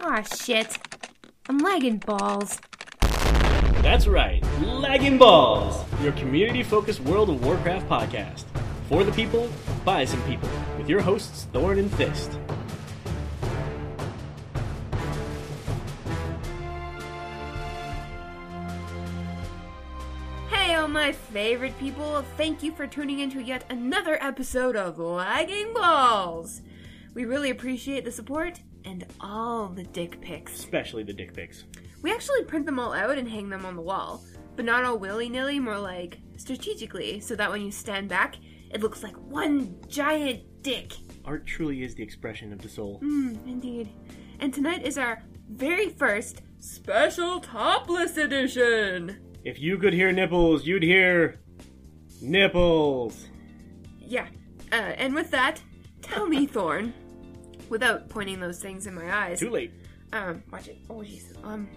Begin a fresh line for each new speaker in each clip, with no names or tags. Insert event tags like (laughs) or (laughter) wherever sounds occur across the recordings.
Aw, shit. I'm lagging balls.
That's right, Lagging Balls, your community focused World of Warcraft podcast. For the people, by some people, with your hosts Thorn and Fist.
Hey, all my favorite people, thank you for tuning in to yet another episode of Lagging Balls. We really appreciate the support and all the dick pics.
Especially the dick pics.
We actually print them all out and hang them on the wall, but not all willy nilly, more like strategically, so that when you stand back, it looks like one giant dick.
Art truly is the expression of the soul.
Mm, indeed. And tonight is our very first special topless edition.
If you could hear nipples, you'd hear. nipples!
Yeah. Uh, and with that, tell me, (laughs) Thorn, without pointing those things in my eyes.
Too late.
Um, watch it. Oh, jeez. Um,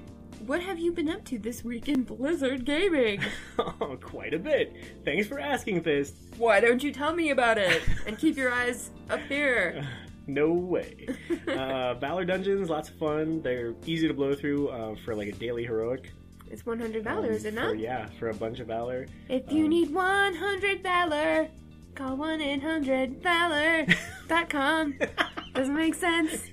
what have you been up to this week in Blizzard
(laughs)
Gaming?
(laughs) oh, quite a bit. Thanks for asking, Fist.
Why don't you tell me about it? And keep your eyes up here.
No (laughs) way. uh, Valor Dungeons, lots of fun. They're easy to blow through uh, for like a daily heroic.
It's 100 Valor, is it
Um, For- Um,
not?
yeah, for a bunch of Valor.
If you need 100 Valor, call
(laughs)
1-800-Valor.com. Doesn't make sense.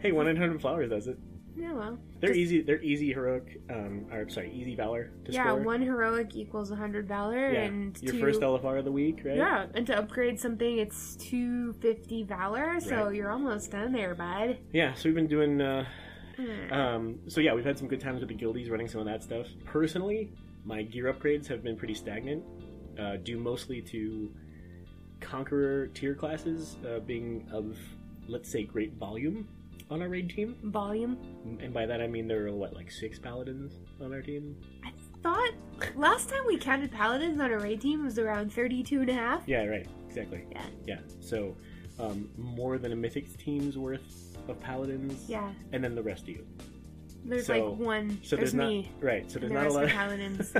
Hey, 1 800 Flowers does it.
Yeah, well.
They're
Just-
easy. They're easy heroic. Um, or sorry, easy valor to
Yeah,
score.
one heroic equals 100 valor,
Yeah.
and
your
two,
first LFR of the week, right?
yeah, and to upgrade something, it's 250 valor. So
Right.
you're almost done there, bud.
Yeah. So we've been doing. Uh,
Hmm.
um, so yeah, we've had some good times with the guildies running some of that stuff. Personally, my gear upgrades have been pretty stagnant, uh, due mostly to conqueror tier classes uh, being of, let's say, great volume on our raid team.
Volume.
And by that I mean there are what, like six paladins on our team.
I thought last time we counted paladins on a raid team was around 32 and a half.
Yeah, right. Exactly.
Yeah.
Yeah. So, um, more than a mythics team's worth of paladins.
Yeah,
And then the rest of you.
there's
So-
like one.
So
there's,
there's, not
me.
right. So
and
there's
the
not
rest
a lot.
are
Of, (laughs)
paladins.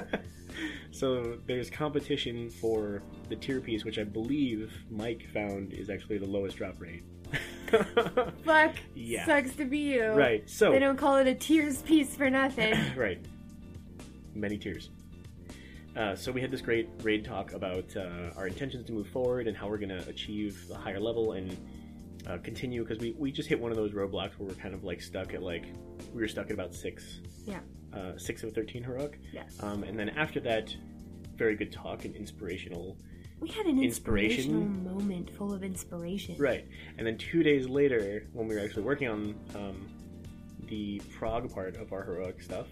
so there's competition for the tier piece, which I believe Mike found is actually the lowest drop rate. (laughs)
Fuck.
Yeah.
Sucks to be you.
right.
They
So
don't call it a tears piece for nothing.
(coughs) (clears throat) right. Many tiers. Uh, so we had this great raid talk about uh, our intentions to move forward and how we're going to achieve a higher level and uh, continue because we, we just hit one of those roadblocks where we're kind of like stuck at like we were stuck at about six
Yeah.
uh, six of 13 heroic
Yeah.
um, and then after that very good talk and inspirational
We had an
Inspiration.
inspirational moment full of inspiration.
right and then two days later when we were actually working on um, the prog part of our heroic stuff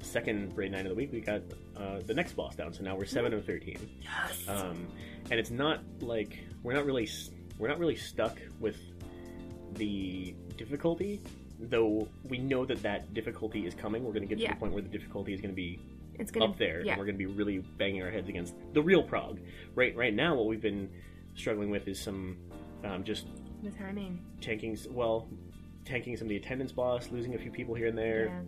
second raid night of the week we got uh, the next boss down so now we're 7 of 13
Yes.
um, and it's not like we're not really s- we're not really stuck with the difficulty though we know that that difficulty is coming we're going to get
Yeah.
to the point where the difficulty is going to be
it's gonna
up there
Yeah.
and we're going to be really banging our heads against the real prog right right now what we've been struggling with is some um, just
The timing.
tanking s- well tanking some of the attendance boss losing a few people here and there
Yeah.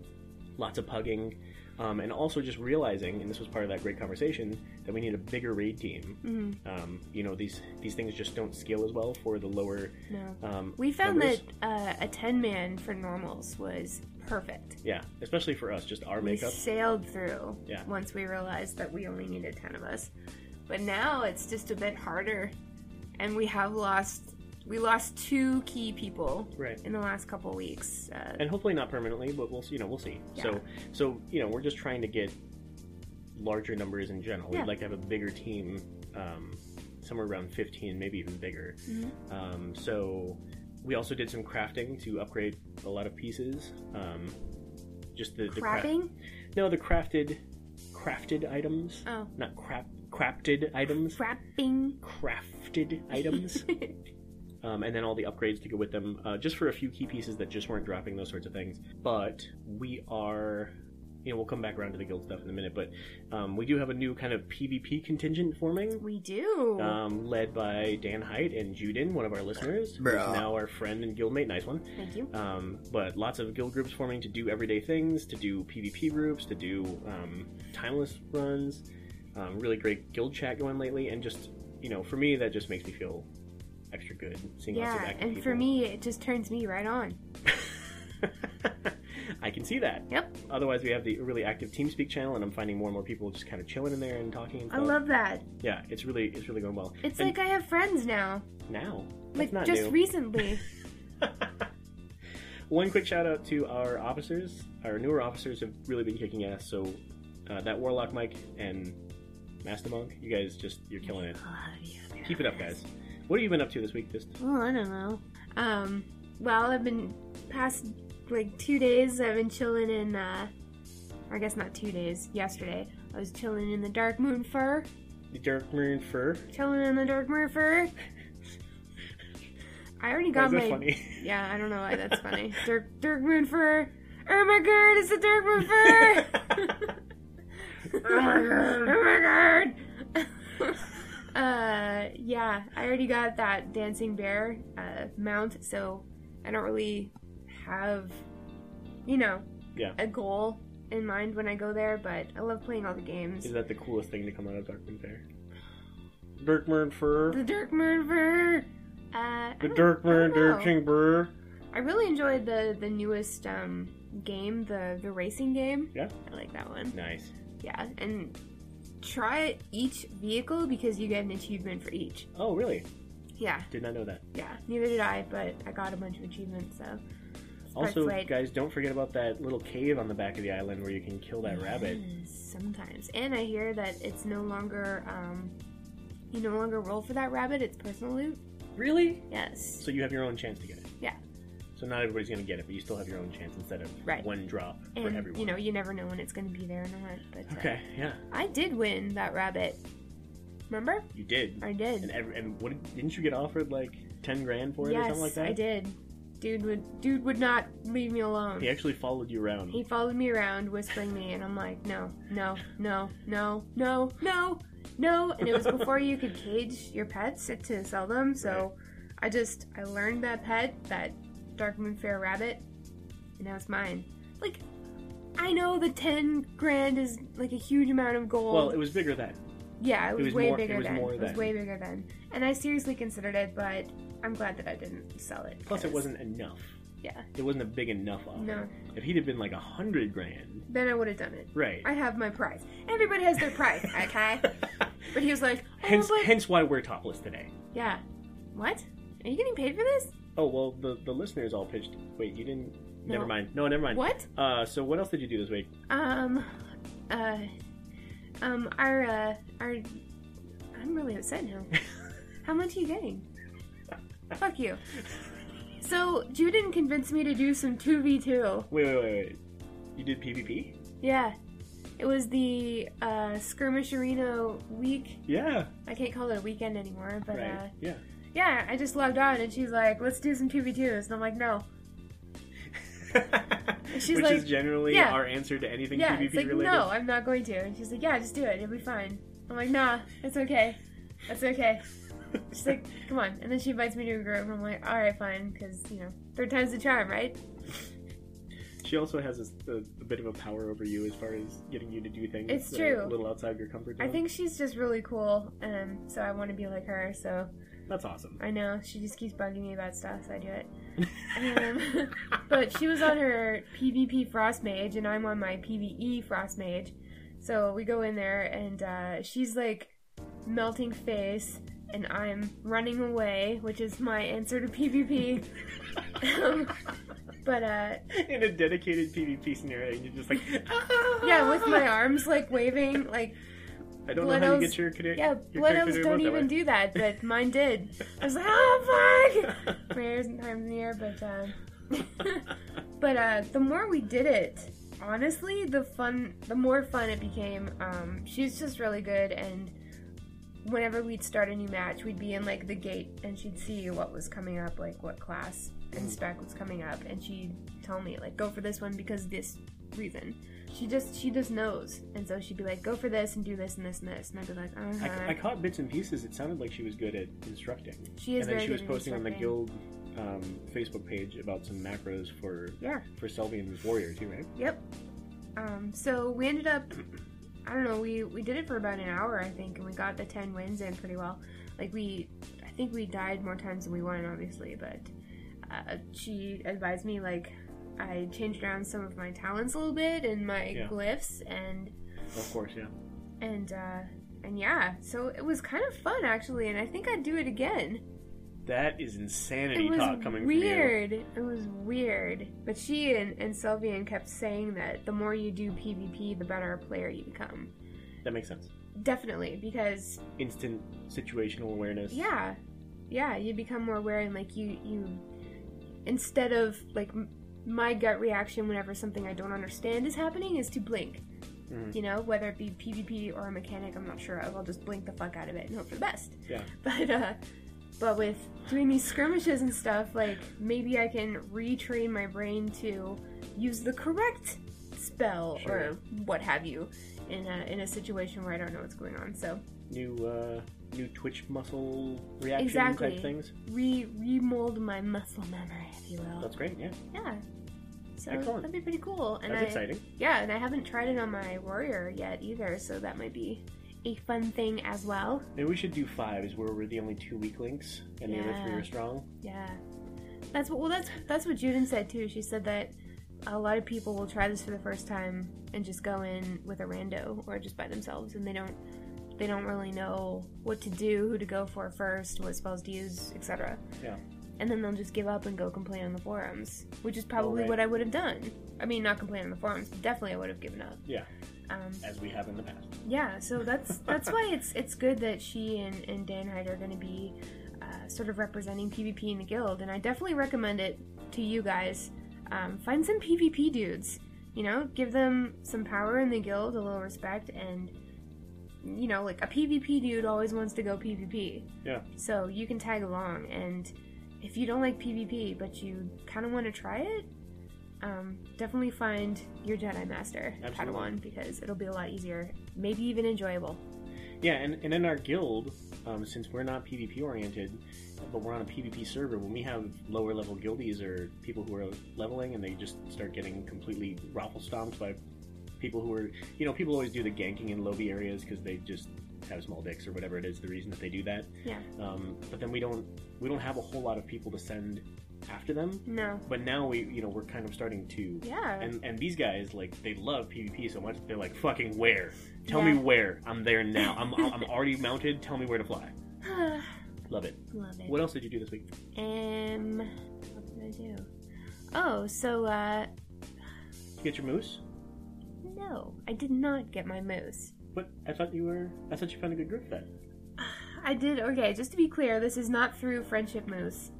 lots of pugging, um, and also just realizing, and this was part of that great conversation, that we need a bigger raid team.
Mhm.
Um, you know, these these things just don't scale as well for the lower.
No.
Um,
We found
numbers.
that uh, a 10 man for normals was perfect.
yeah, especially for us, just our
We
makeup.
sailed through
Yeah.
once we realized that we only needed 10 of us. But now it's just a bit harder. And we have lost, we lost two key people
Right.
in the last couple weeks. Uh,
And hopefully not permanently, but we'll s- you know we'll see.
Yeah.
So so you know we're just trying to get larger numbers in general.
Yeah.
We'd like to have a bigger team, um, somewhere around fifteen, maybe even bigger.
mhm.
Um, so we also did some crafting to upgrade a lot of pieces. Um, just the, the cra-
Crapping?
No, the crafted, crafted items.
Oh.
Not crap, crafted items.
Crapping.
Crafted items, um, and then all the upgrades to go with them, uh, just for a few key pieces that just weren't dropping those sorts of things. But we are, you know, we'll come back around to the guild stuff in a minute. But um, we do have a new kind of PvP contingent forming,
we do.
um, led by Dan Height and Juden, one of our listeners, who's
Bruh.
now our friend and guildmate. Nice one.
Thank you.
Um, but lots of guild groups forming to do everyday things, to do PvP groups, to do um, timeless runs. Um, really great guild chat going lately, and just you know, for me, that just makes me feel extra good seeing lots of
Yeah,
active
and
people.
for me, it just turns me right on.
(laughs) I can see that.
Yep.
Otherwise, we have the really active TeamSpeak channel, and I'm finding more and more people just kind of chilling in there and talking. And
I
stuff.
love that.
Yeah, it's really it's really going well.
It's
And
like I have friends now.
now. That's
Like
not
just
new.
recently.
One quick shout out to our officers. Our newer officers have really been kicking ass. So uh, that Warlock Mike and Master Monk, you guys just you're (laughs) killing it. Keep it up, guys. What have you been up to this week? Just
Well, I don't know. Um, well, I've been past like two days. I've been chilling in, uh, or I guess not two days. Yesterday, I was chilling in the Dark Moon Fur.
Dirk Maroon Fur.
Chilling in the Dark Moon Fur. (laughs) I already
Why
got
is that
my.
funny?
Yeah, I don't know why that's funny. Dirk Dirk Moon Fur. Oh my god, it's the Dirk Moon
(laughs)
Fur. (laughs) oh my god. uh, yeah, I already got that dancing bear uh, mount, so I don't really have, you know,
Yeah.
a goal in mind when I go there. But I love playing all the games.
Is that the coolest thing to come out of Dark Moon Fair? Dirk Maroon Fur.
The Dirk Moon Fur. Uh, I
The
don't-
Dirk
I don't
Maroon Dirk
know.
King Burr.
I really enjoyed the the newest um, game, the the racing game.
Yeah.
I like that one.
Nice.
Yeah, and try each vehicle because you get an achievement for each.
Oh, really?
Yeah,
Did not know that.
yeah. Neither did I, but I got a bunch of achievements. So It's
Also,
like-
guys, don't forget about that little cave on the back of the island where you can kill that rabbit.
Yes, Hmm, Sometimes, and I hear that it's no longer um, you no longer roll for that rabbit. It's personal loot.
Really?
Yes.
So you have your own chance to get it.
Yeah.
So not everybody's gonna get it, but you still have your own chance instead of
Right.
one drop for
and
everyone.
you know, you never know when it's going to be there or not. But uh,
okay, yeah,
I did win that rabbit. Remember?
you did.
I did.
And every, and what did- didn't you get offered like ten grand for it or
yes,
something like that?
I did. Dude would dude would not leave me alone.
He actually followed you around.
He followed me around, whispering me, and I'm like, no, no, no, no, no, no, no. And it was before you could cage your pets to sell them, so I just I learned that pet, that dark moon fair rabbit, and now it's mine. Like, I know the ten grand is like a huge amount of gold.
Well, it was bigger then.
yeah, it was,
was
way
more-
bigger
it was
then.
more
it was
then.
way bigger then, and I seriously considered it, but I'm glad that I didn't sell it.
Plus, it
'cause-
wasn't enough.
Yeah.
It wasn't a big enough offer.
No,
If he'd have been like a hundred grand,
then I would have done it.
right? (laughs)
I have my prize. Everybody has their prize, okay? But he was like, oh,
hence,
but
hence why we're topless today.
yeah. What? Are you getting paid for this?
Oh well, the the listeners all pitched. Wait, you didn't.
No.
Never mind. No, never mind.
What?
Uh, so what else did you do this week?
Um, uh, um, our uh, our, I'm really upset
(laughs)
now. How much are you getting? Fuck you. So Juden convinced me to do some two v two.
Wait, wait, wait, wait. You did PvP?
Yeah, it was the uh, skirmish arena week.
Yeah.
I can't call it a weekend anymore, but uh,
Right.
(laughs)
Yeah.
yeah, I just logged on and she's like, "Let's do some two v twos," and I'm like, "No, she's
Which
like-
is generally
yeah.
our answer to anything
Yeah,
PvP
it's like,
related.
no, I'm not going to. And she's like, yeah, just do it. It'll be fine. I'm like, nah, it's okay. It's okay. She's like, come on. And then she invites me to a group, and I'm like, all right, fine, because, you know, third time's the charm, right?
She also has a, a, a bit of a power over you as far as getting you to do things.
It's
that
true.
are A little outside your comfort
I
zone.
think she's just really cool, um, so I want to be like her, so
that's awesome. (laughs)
I know. She just keeps bugging me about stuff, so I do it. Um, (laughs) but she was on her PvP Frost Mage, and I'm on my PvE Frost Mage. So we go in there, and uh, she's like melting face, and I'm running away, which is my answer to PvP. Um, but uh,
In a dedicated PvP scenario, you're just like,
(laughs) yeah, with
(laughs)
my arms like waving, like
I don't know how
blood
you get your, connect-
yeah,
your
blood elves
character
don't even do that, but mine did.
(laughs)
I was like, oh fuck! (laughs)
that
My ears and times in the air, but. Uh,
(laughs) way.
But uh, the more we did it, honestly, the fun, the more fun it became. Um, she's just really good, and whenever we'd start a new match, we'd be in like the gate, and she'd see what was coming up, like what class and
Mm.
spec was coming up, and she'd tell me like, go for this one because this reason. She just she just knows, and so she'd be like, go for this and do this and this and this, and I'd be like, uh
(laughs) I, I caught bits and pieces. It sounded like she was good at instructing.
She is
and then
very
she was
good at
posting on the
instructing.
guild um, Facebook page about some macros for
Yeah.
for Selvian's warrior too, right?
Yep. Um, so we ended up, I don't know, we, we did it for about an hour, I think, and we got the 10 wins in pretty well. Like, we, I think we died more times than we won, obviously, but uh, she advised me, like, I changed around some of my talents a little bit and my
Yeah.
glyphs and
Of course, yeah.
and uh, and yeah. So it was kind of fun actually, and I think I'd do it again.
That is insanity
it was
talk coming
weird. It was weird. But she and, and Sylvian kept saying that the more you do PvP, the better a player you become.
from you. That makes sense.
Definitely, because
Instant situational awareness.
yeah, yeah, you become more aware and like you you instead of like m- my gut reaction whenever something I don't understand is happening is to blink.
Mhm.
You know, whether it be PvP or a mechanic, I'm not sure of. I'll just blink the fuck out of it and hope for the best.
Yeah.
(laughs) But uh, but with doing these skirmishes and stuff, like maybe I can retrain my brain to use the correct spell
Sure.
or what have you in a in a situation where I don't know what's going on. So
New uh, new twitch muscle reaction
Exactly.
type things.
re remold my muscle memory, if you will.
That's great. Yeah,
yeah. So
Excellent.
that'd be pretty cool. And
that's
I
exciting.
yeah, and I haven't tried it on my warrior yet either, so that might be a fun thing as well.
Maybe we should do fives where we're the only two weak links and the other three
Yeah.
are strong.
Yeah, that's what. Well, that's that's what Juden said too. She said that a lot of people will try this for the first time and just go in with a rando or just by themselves, and they don't they don't really know what to do, who to go for first, what spells to use, etc.
Yeah.
And then they'll just give up and go complain on the forums, which is probably
Oh, right.
what I would have done. I mean, not complain on the forums, but definitely I would have given up.
Yeah.
Um,
As we have in the past.
yeah, so that's that's why it's it's good that she and, and Dan Hyde are going to be uh, sort of representing PvP in the guild, and I definitely recommend it to you guys. Um, find some PvP dudes, you know, give them some power in the guild, a little respect, and you know, like a PvP dude always wants to go PvP.
Yeah.
So you can tag along, and if you don't like PvP but you kind of want to try it, um, definitely find your Jedi Master
Absolutely.
Padawan because it'll be a lot easier, maybe even enjoyable.
Yeah, and, and in our guild, um, since we're not PvP oriented, but we're on a PvP server, when we have lower level guildies or people who are leveling and they just start getting completely raffle stomped by people who are, you know, people always do the ganking in lobby areas because they just have small dicks or whatever it is the reason that they do that.
Yeah.
Um, but then we don't we don't have a whole lot of people to send after them.
No.
But now we you know we're kind of starting to
Yeah.
and and these guys like they love PvP so much they're like fucking where? Tell me
Yeah.
where. I'm there now. I'm I'm already mounted. Tell me where to fly. Love it.
(sighs) Love it.
What else did you do this week?
Um, what did I do? Oh, so uh,
Did you get your moose?
no, I did not get my moose. (sighs)
But I thought you were. I thought you found a good group vet.
I did. Okay, just to be clear, this is not through Friendship Moose.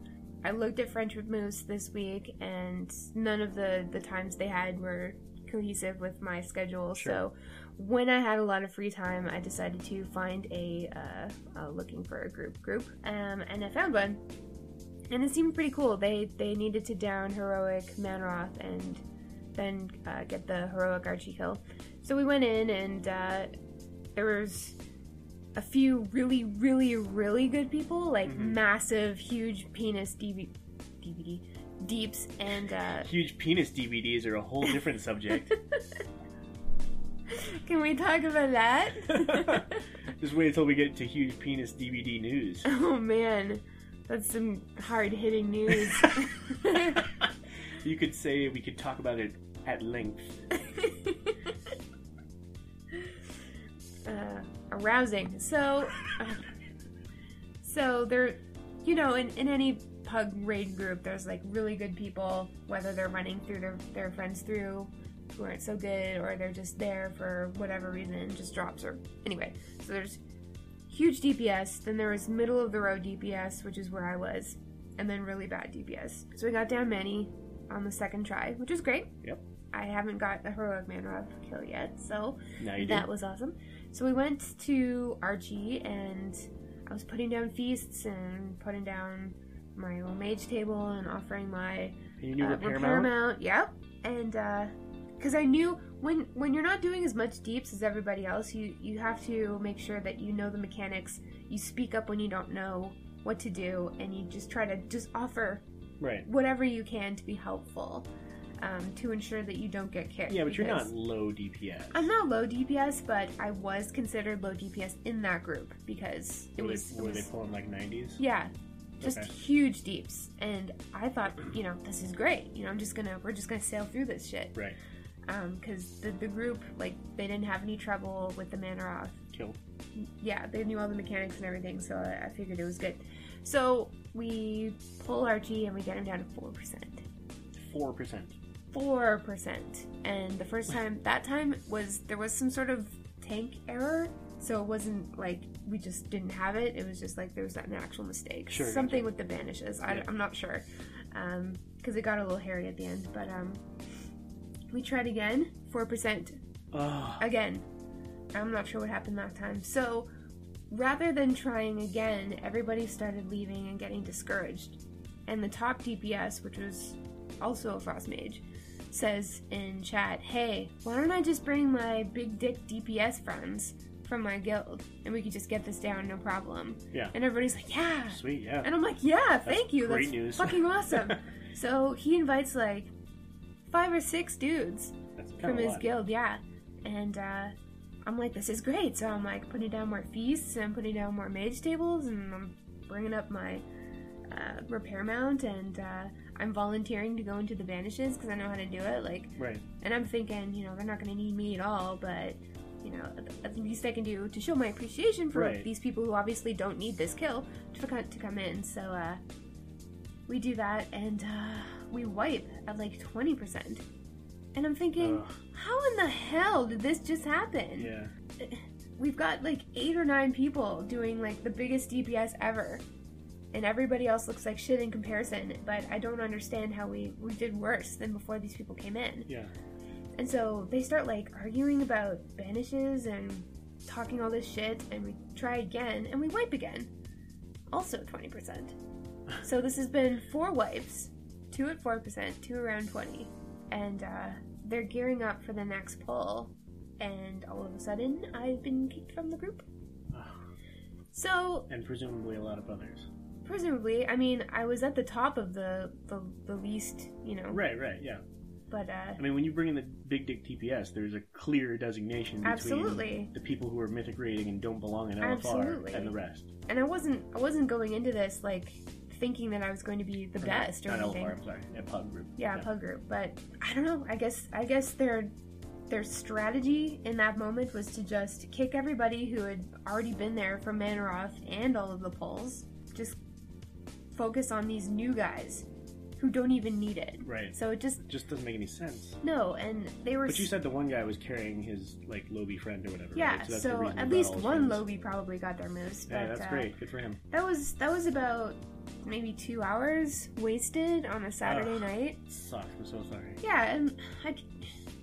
I looked at Friendship Moose this week, and none of the the times they had were cohesive with my schedule.
Sure.
So, when I had a lot of free time, I decided to find a uh, uh, looking for a group group, um, and I found one, and it seemed pretty cool. They they needed to down heroic Manroth and then uh, get the heroic Archie kill. So we went in, and uh, there was a few really, really, really good people, like
Mhm.
massive, huge penis DV- DVD deeps, and uh,
Huge penis DVDs are a whole different subject.
(laughs) can we talk about that?
just wait until we get to huge penis DVD
(laughs)
news.
(laughs) oh man, that's some hard hitting news. (laughs)
You could say we could talk about it at length.
uh, arousing. So, uh, so there, you know, in, in any pug raid group, there's like really good people, whether they're running through their, their friends through who aren't so good, or they're just there for whatever reason, just drops, or anyway. So there's huge DPS, then there was middle of the road DPS, which is where I was, and then really bad DPS. So we got down many on the second try, which is great.
Yep.
I haven't got the heroic man rob kill yet, so
Now you do.
that was awesome. So we went to Archie and I was putting down feasts and putting down my little mage table and offering my
And you knew
uh,
repair,
repair
mount?
mount. Yep. And uh because I knew when when you're not doing as much deeps as everybody else, you you have to make sure that you know the mechanics. You speak up when you don't know what to do, and you just try to just offer
Right.
whatever you can to be helpful um, to ensure that you don't get kicked.
Yeah, but you're
because-
not low DPS.
I'm not low DPS, but I was considered low DPS in that group because it
were
was,
they,
it
were
was
they pulling like 90s?
yeah, just
Okay.
huge deeps. And I thought, you know, this is great. You know, I'm just gonna we're just gonna sail through this shit.
Right.
Um, because the the group like they didn't have any trouble with the Manoroth.
Kill.
Yeah, they knew all the mechanics and everything, so I, I figured it was good. So we pull Archie and we get him down to four percent.
Four percent.
Four percent. And the first time that time was there was some sort of tank error. So it wasn't like we just didn't have it. It was just like there was an actual mistake.
Sure,
Something with the banishes. I,
Yeah.
I'm not sure. Because it got a little hairy at the end. But um, we tried again. 4%
Oh,
again. I'm not sure what happened that time. So rather than trying again, everybody started leaving and getting discouraged. And the top DPS, which was also a frost mage, says in chat, "Hey, why don't I just bring my big dick DPS friends from my guild, and we could just get this down, no problem."
Yeah.
And everybody's like, "Yeah."
sweet. Yeah.
And I'm like, "Yeah, thank you.
great
That's
news." (laughs)
fucking awesome." so he invites like five or six dudes
That's kinda
from
a
his
lot.
guild, yeah. And uh, I'm like, this is great. So I'm like putting down more feasts and I'm putting down more mage tables and I'm bringing up my uh, repair mount and uh, I'm volunteering to go into the vanishes because I know how to do it. Like,
Right.
and I'm thinking, you know, they're not going to need me at all, but you know, at- at least I can do to show my appreciation for
Right.
these people who obviously don't need this kill to co- to come in. So uh, we do that, and uh, we wipe at like twenty percent. And I'm thinking,
Ugh.
how in the hell did this just happen?
Yeah.
We've got like eight or nine people doing like the biggest DPS ever. And everybody else looks like shit in comparison, but I don't understand how we, we did worse than before these people came in.
Yeah.
And so they start like arguing about banishes and talking all this shit, and we try again and we wipe again. Also 20%.
(laughs)
So this has been four wipes two at 4%, two around 20. And uh, they're gearing up for the next poll, and all of a sudden I've been kicked from the group.
Ugh.
So
And presumably a lot of others.
presumably, I mean, I was at the top of the, the, the least, you know,
Right. Right. Yeah.
but uh,
I mean, when you bring in the big dick TPS, there's a clear designation between
Absolutely.
the people who are mythic rating and don't belong in LFR
Absolutely.
and the rest.
and I wasn't I wasn't going into this like thinking that I was going to be the
Or
best or
not,
anything.
LFR. I'm sorry. Yeah, pub group.
Yeah, pug group, but I don't know. I guess I guess their their strategy in that moment was to just kick everybody who had already been there from Manoroth and all of the polls. Just focus on these new guys who don't even need it.
Right.
So it just
Just doesn't make any sense.
no, and they were
But you
s-
said the one guy was carrying his like Lobby friend or whatever.
yeah.
right? that's the
So,
reason he
at
got
least
all his
one
friends.
Lobie probably got their moves. But,
Yeah, that's
uh,
great. Good for him.
That was that was about maybe two hours wasted on a Saturday
Ugh.
night.
Sucks. I'm so sorry.
Yeah, and I,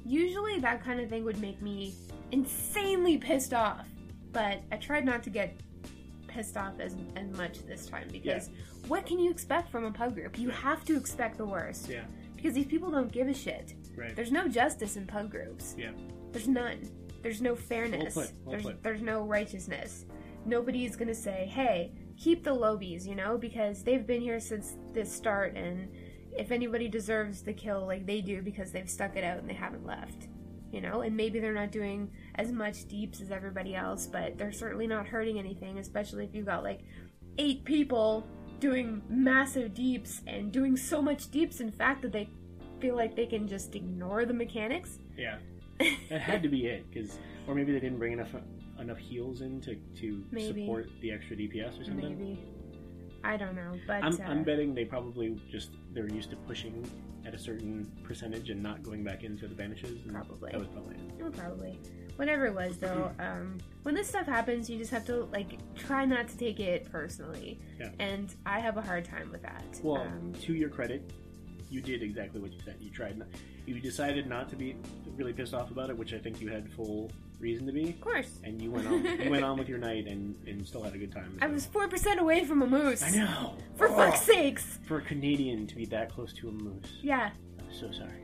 usually that kind of thing would make me insanely pissed off, but I tried not to get pissed off as, as much this time because what can you expect from a pub group? You have to expect the worst
Yeah.
because these people don't give a shit.
Right.
There's no justice in pub groups.
Yeah.
There's none. There's no fairness.
Well put, well
there's
put.
there's no righteousness. Nobody is gonna say, "Hey, keep the lobies," you know, because they've been here since the start, and if anybody deserves the kill, like they do, because they've stuck it out and they haven't left, you know. And maybe they're not doing as much deeps as everybody else, but they're certainly not hurting anything, especially if you've got like eight people doing massive deeps and doing so much deeps, in fact, that they feel like they can just ignore the mechanics. (laughs)
Yeah. That had to be it, because or maybe they didn't bring enough enough heals in to to
Maybe.
support the extra DPS or something.
Maybe. I don't know, but
I'm,
uh,
I'm betting they probably just they're used to pushing at a certain percentage and not going back into the banishes. And
Probably.
That was probably it.
no, probably. Whatever it was,
(clears throat)
though, um, when this stuff happens, you just have to like try not to take it personally,
Yeah.
and I have a hard time with that.
Well,
um,
to your credit, you did exactly what you said. You tried not. You decided not to be really pissed off about it, which I think you had full reason to be.
of course,
And you went on. you went
(laughs)
on with your night and, and still had a good time.
I
so-
was four percent away from a moose.
I know.
For
Oh,
fuck's sakes!
For a Canadian to be that close to a moose,
Yeah,
I'm so sorry.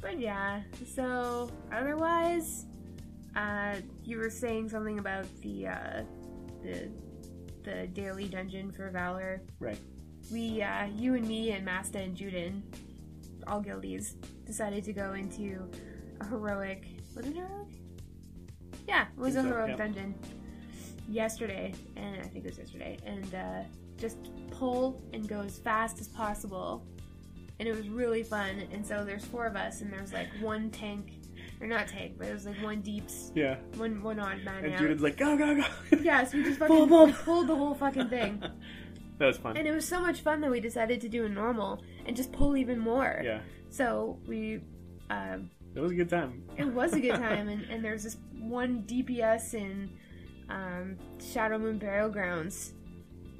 but yeah. So otherwise, uh, you were saying something about the uh, the the daily dungeon for valor.
Right.
we, uh, you and me and Masta and Juden, all guildies, decided to go into a heroic. Was it heroic? Yeah, it was a
Think so,
heroic
yeah.
dungeon. yesterday, and I think it was yesterday, and uh, just pull and go as fast as possible. And it was really fun. And so there's four of us, and there's like one tank, or not tank, but it was like one deeps,
Yeah.
one one odd man
And
out.
Judith's like, go, go, go. (laughs)
yeah, so we just
Pull,
fucking
pull.
we pulled the whole fucking
(laughs)
thing.
that was fun.
And it was so much fun that we decided to do a normal and just pull even more.
Yeah.
So we, um,
That was a good time.
it was a good time. And, and there's this one DPS in um, Shadow Moon Burial Grounds,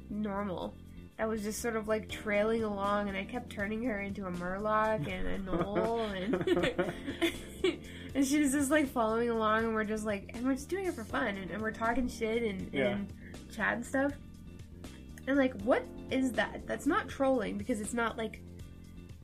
normal, that was just sort of like trailing along, and I kept turning her into a murloc and a knoll, and (laughs) and she's just like following along, and we're just like, and we're just doing it for fun, and, and we're talking shit and,
Yeah.
and chat and stuff. And like, what is that? That's not trolling because it's not like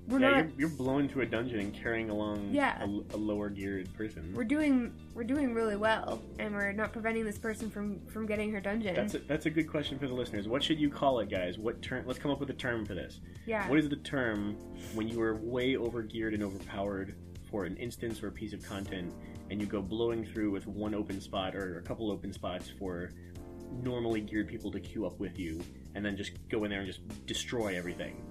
we're
yeah,
not
you're, you're blown to a dungeon and carrying along
Yeah.
a, l- a lower geared person.
we're doing we're doing really well, and we're not preventing this person from from getting her dungeon.
That's a, that's a good question for the listeners. What should you call it, guys? What term? Let's come up with a term for this.
yeah,
What is the term when you are way over geared and overpowered for an instance or a piece of content, and you go blowing through with one open spot or a couple open spots for normally geared people to queue up with you, and then just go in there and just destroy everything?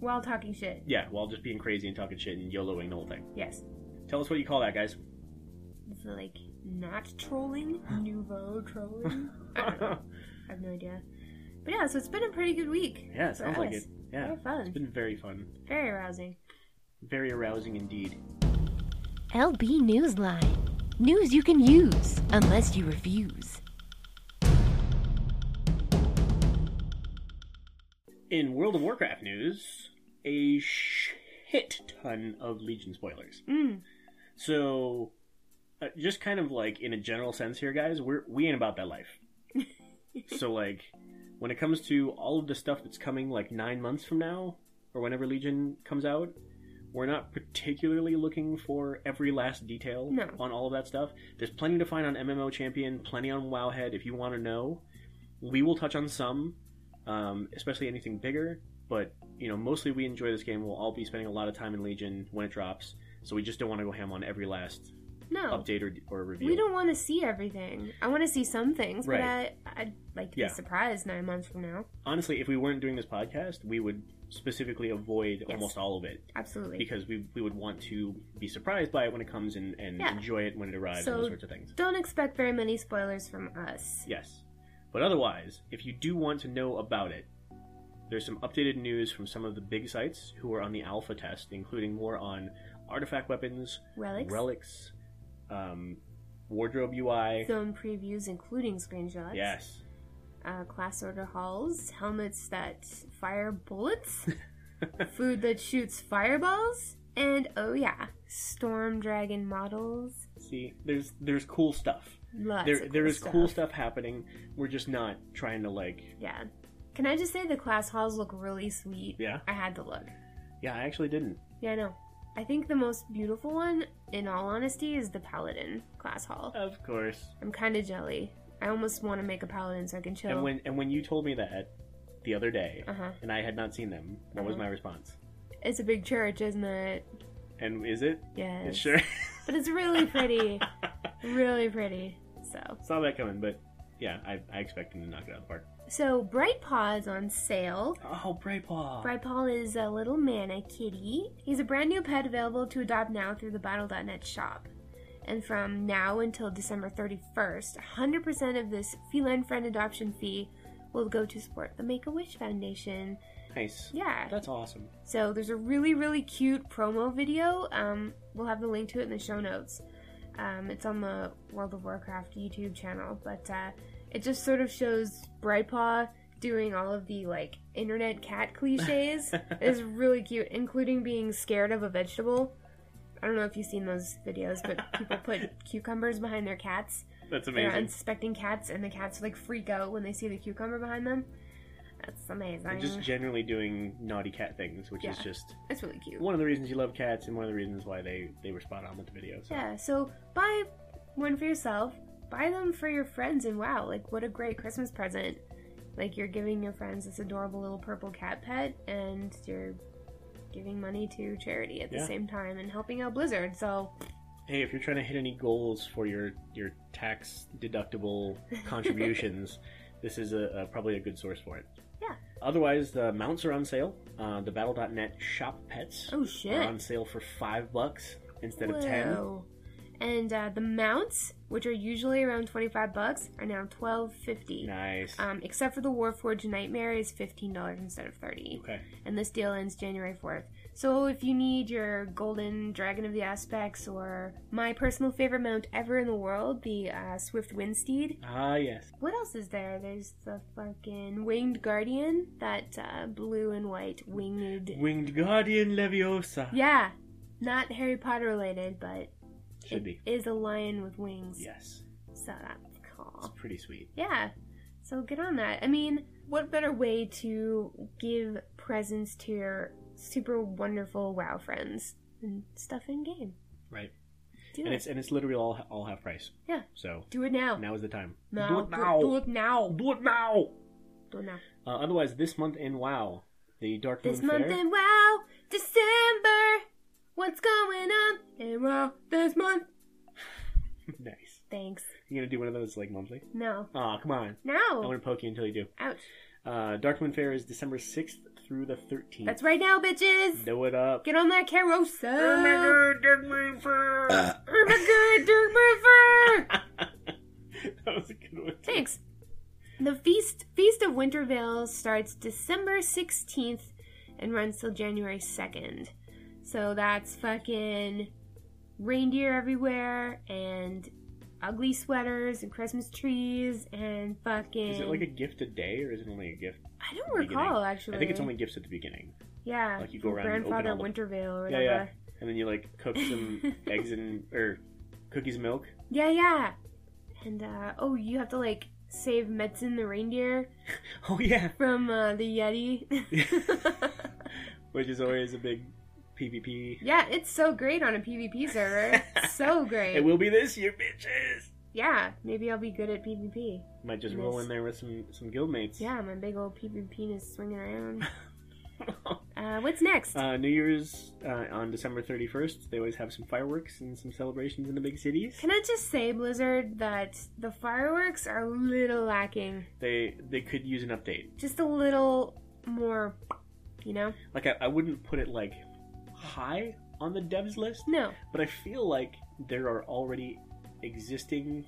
while talking shit.
Yeah, while just being crazy and talking shit and YOLOing the whole thing.
Yes,
Tell us what you call that, guys. (laughs)
it's like not trolling, nouveau trolling.
(laughs)
I don't know. I have no idea. But yeah, so it's been a pretty good week.
yeah,
for
it sounds like
us.
it. Yeah,
Very fun.
it's been very fun,
Very arousing.
very arousing indeed.
LB Newsline. News you can use, unless you refuse.
In World of Warcraft news, a shit ton of Legion spoilers.
Mm.
So, uh, just kind of like in a general sense here, guys, we're we ain't about that life. so like, when it comes to all of the stuff that's coming like nine months from now, or whenever Legion comes out, we're not particularly looking for every last detail
No.
on all of that stuff. There's plenty to find on MMO Champion, plenty on Wowhead. If you want to know, we will touch on some, um, especially anything bigger. But you know, mostly we enjoy this game. We'll all be spending a lot of time in Legion when it drops, so we just don't want to go ham on every last
No,
update or, or review.
we don't want to see everything. I want to see some things,
Right.
but I, I'd like to
Yeah.
be surprised nine months from now.
Honestly, if we weren't doing this podcast, we would specifically avoid
Yes.
almost all of it
Absolutely.
because we, we would want to be surprised by it when it comes and, and
Yeah.
enjoy it when it arrives
So-
and those sorts of things.
Don't expect very many spoilers from us.
Yes. But otherwise, if you do want to know about it, there's some updated news from some of the big sites who are on the alpha test, including more on artifact weapons,
Relics,
relics um, wardrobe UI.
zone previews, including screenshots.
yes.
Uh, class order halls, helmets that fire
(laughs)
bullets, food that shoots fireballs, and oh yeah, storm dragon models.
See, there's there's cool stuff.
Lots
there
of cool
there is
stuff.
cool stuff happening. We're just not trying to like.
Yeah. Can I just say the class halls look really sweet?
Yeah.
I had to look.
Yeah, I actually didn't.
Yeah, I know. I think the most beautiful one, in all honesty, is the Paladin class hall.
Of course.
I'm kind of jelly. I almost want to make a Paladin so I can chill.
And when and when you told me that the other day,
uh huh.
and I had not seen them, what was
Uh-huh.
my response?
It's a big church, isn't it?
And is it?
Yes.
Sure. (laughs)
But it's really pretty. really pretty. So.
Saw that coming, but yeah, I, I expect them to knock it out of the park.
So, Bright Paw's on sale.
Oh, Braypaw.
Brightpaw is a little mana kitty. He's a brand new pet available to adopt now through the Battle.net shop. And from now until December 31st, 100% of this feline friend adoption fee will go to support the Make a Wish Foundation.
nice.
Yeah.
That's awesome.
So there's a really, really cute promo video. Um, we'll have the link to it in the show notes. Um, it's on the World of Warcraft YouTube channel, but uh, it just sort of shows Brightpaw doing all of the like internet
(laughs)
cat cliches. it's really cute, including being scared of a vegetable. I don't know if you've seen those videos, but people
(laughs)
put cucumbers behind their cats.
That's
They're
amazing.
unsuspecting cats, and the cats like freak out when they see the cucumber behind them. That's amazing.
And just generally doing naughty cat things, which is
Yeah.
just
it's really cute.
one of the reasons you love cats and one of the reasons why they, they were spot on with the video. So.
Yeah, so buy one for yourself, buy them for your friends, and wow, like what a great Christmas present. Like you're giving your friends this adorable little purple cat pet, and you're giving money to charity at the
Yeah.
same time and helping out Blizzard. So
hey, if you're trying to hit any goals for your your tax
(laughs)
deductible contributions, this is a, a probably a good source for it.
Yeah.
Otherwise, the mounts are on sale. Uh, the Battle.net shop pets
Oh
are
shit!
on sale for five bucks instead of ten.
Whoa. And uh, the mounts, which are usually around twenty five bucks, are now twelve fifty.
Nice.
Um, except for the Warforged Nightmare is fifteen dollars instead of thirty.
Okay.
And this deal ends January fourth. So if you need your Golden Dragon of the Aspects or my personal favorite mount ever in the world, the uh, Swift Windsteed,
Ah, yes.
what else is there? There's the fucking Winged Guardian, that uh, blue and white winged.
Winged Guardian Leviosa.
Yeah, not Harry Potter related, but
Should be.
it is a lion with wings.
Yes.
So that's
It's
cool.
pretty sweet.
Yeah. So get on that. I mean, what better way to give presents to your super wonderful WoW friends than stuff in game?
Right.
Do
And
it.
it's and it's literally all all half price.
Yeah.
So
Do it now.
now is the time.
Now.
Do it
Do-
now.
Do it now.
Do it now.
Do it now.
Uh, otherwise, this month in WoW, the Dark Moon
This month
Fair.
in WoW, December. What's going on in WoW this month?
(laughs) nice.
Thanks.
You gonna do one of those like monthly?
No.
Aw, come on. I'm
Now.
gonna poke you until you do.
Ouch.
Uh, Dark Moon Fair is December sixth through the thirteenth.
That's right now, bitches.
Do it up.
Get on that carousel.
Oh my God, Dark Moon Fair.
Oh my god, Dirk Murphy!
(laughs) that was a good one. too.
Thanks. The feast Feast of Wintervale starts December 16th and runs till January 2nd. So that's fucking reindeer everywhere and ugly sweaters and Christmas trees and fucking
Is it like a gift a day or is it only a gift?
I don't recall actually.
I think it's only gifts at the beginning.
yeah.
like you go around and open
grandfather
all the-
Wintervale or
Yeah,
whatever.
yeah. And then you like
(laughs)
cook some eggs and or cookies and milk. (laughs)
yeah. yeah. And uh, oh, you have to like save Metzen the reindeer
Oh yeah. (laughs)
from uh, the Yeti. (laughs)
Which is always a big PvP.
yeah, it's so great on a PvP server. so great.
(laughs) It will be this year, bitches.
yeah, maybe I'll be good at PvP.
Might just roll
Yes.
in there with some some guildmates.
Yeah, my big old PvP penis swinging around. Uh, what's next?
(laughs) uh, New Year's uh, on December 31st, they always have some fireworks and some celebrations in the big cities.
Can I just say, Blizzard, that the fireworks are a little lacking.
They they could use an update.
Just a little more, you know?
Like I, I wouldn't put it like high on the devs list,
No.
but I feel like there are already existing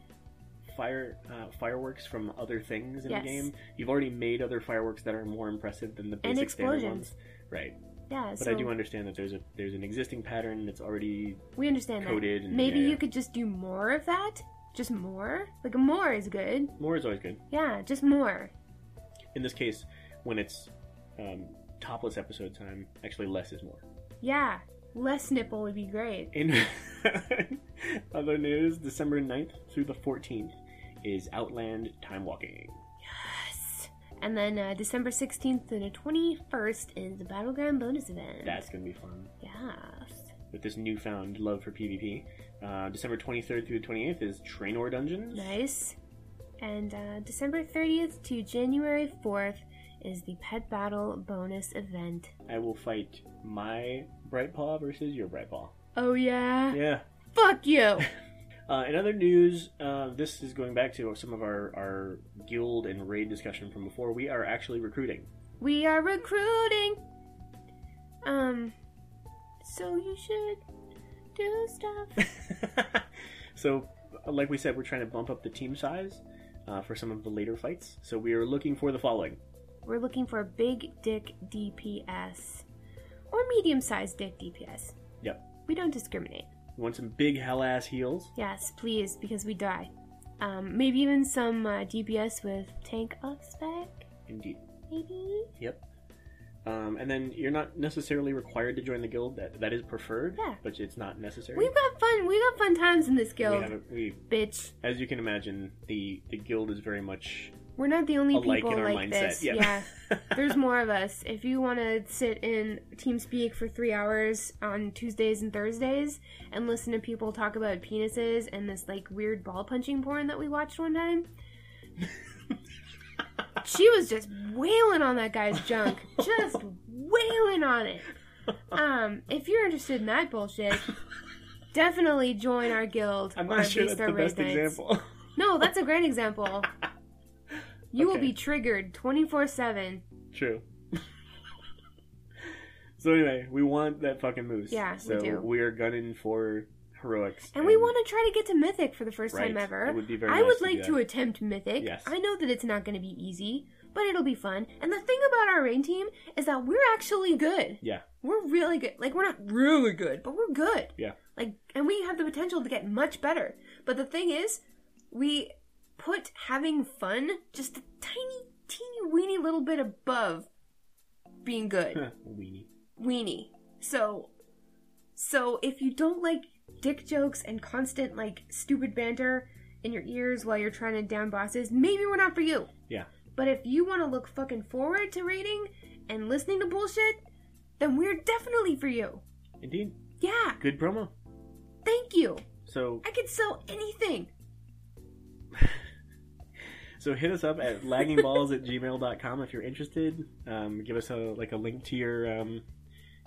fire uh, fireworks from other things in
Yes.
the game. You've already made other fireworks that are more impressive than the basic standard
explosions.
ones, right?
Yeah,
But
so
I do understand that there's a there's an existing pattern that's already
we understand that.
coded. And,
Maybe
yeah,
you
yeah.
could just do more of that? Just more? Like, more is good.
more is always good.
Yeah, just more.
In this case, when it's um, topless episode time, actually less is more.
Yeah, less nipple would be great.
In (laughs) other news, December 9th through the 14th is Outland Time Walking.
Yes. And then uh, December 16th to the 21st is the Battleground bonus event.
That's going to be fun.
Yes.
With this newfound love for PvP. Uh, December 23rd through the 28th is Trainor Dungeons.
Nice. And uh, December 30th to January 4th is the Pet Battle bonus event.
I will fight my Bright Paw versus your Bright Paw.
Oh, yeah?
Yeah.
Fuck you!
Uh, in other news, uh, this is going back to some of our, our guild and raid discussion from before. We are actually recruiting.
we are recruiting! Um, so you should do stuff.
(laughs) so, like we said, we're trying to bump up the team size uh, for some of the later fights. So, we are looking for the following
We're looking for a big dick DPS. Or medium sized dick DPS.
Yep.
We don't discriminate.
we want some big hell ass heels.
Yes, please, because we die. Um, maybe even some uh, DPS with tank off spec,
Indeed.
maybe?
Yep. Um, and then you're not necessarily required to join the guild. That that is preferred,
Yeah.
but it's not necessary.
We've got fun, we got fun times in this
We
guild,
have a- we-
bitch.
as you can imagine, the the guild is very much
We're not the only
alike
people
in our
like
mindset.
this.
Yeah.
Yeah. There's more of us. If you want to sit in TeamSpeak for three hours on Tuesdays and Thursdays and listen to people talk about penises and this like weird ball punching porn that we watched one
(laughs)
time, she was just wailing on that guy's junk, just wailing on it. Um, if you're interested in that bullshit, definitely join our guild.
(laughs) I'm
or
not
at
sure
least
that's
our
the
raid
best
nights.
example.
No, that's a great example. You will
Okay.
be triggered 24 7.
True. (laughs) so anyway, we want that fucking moose.
Yeah, we
so
do.
are gunning for heroics,
And we want to try to get to Mythic for the first time
Right.
ever.
It would be very
I
nice
would
to do
like
that.
to attempt Mythic.
Yes.
I know that it's not going to be easy, but it'll be fun. And the thing about our rain team is that we're actually good.
Yeah, (laughs)
We're really good. Like, we're not really good, but we're good.
yeah,
Like, and we have the potential to get much better. But the thing is, we put having fun just a tiny, teeny, weeny little bit above being good.
(laughs) Huh, weenie.
Weenie. So, so if you don't like dick jokes and constant, like, stupid banter in your ears while you're trying to down bosses, maybe we're not for you.
Yeah,
But if you want to look fucking forward to reading and listening to bullshit, then we're definitely for you.
indeed.
Yeah,
Good promo.
thank you.
So
I could sell anything.
so hit us up at laggingballs at gmail.com if you're interested. Um, give us a like a link to your um,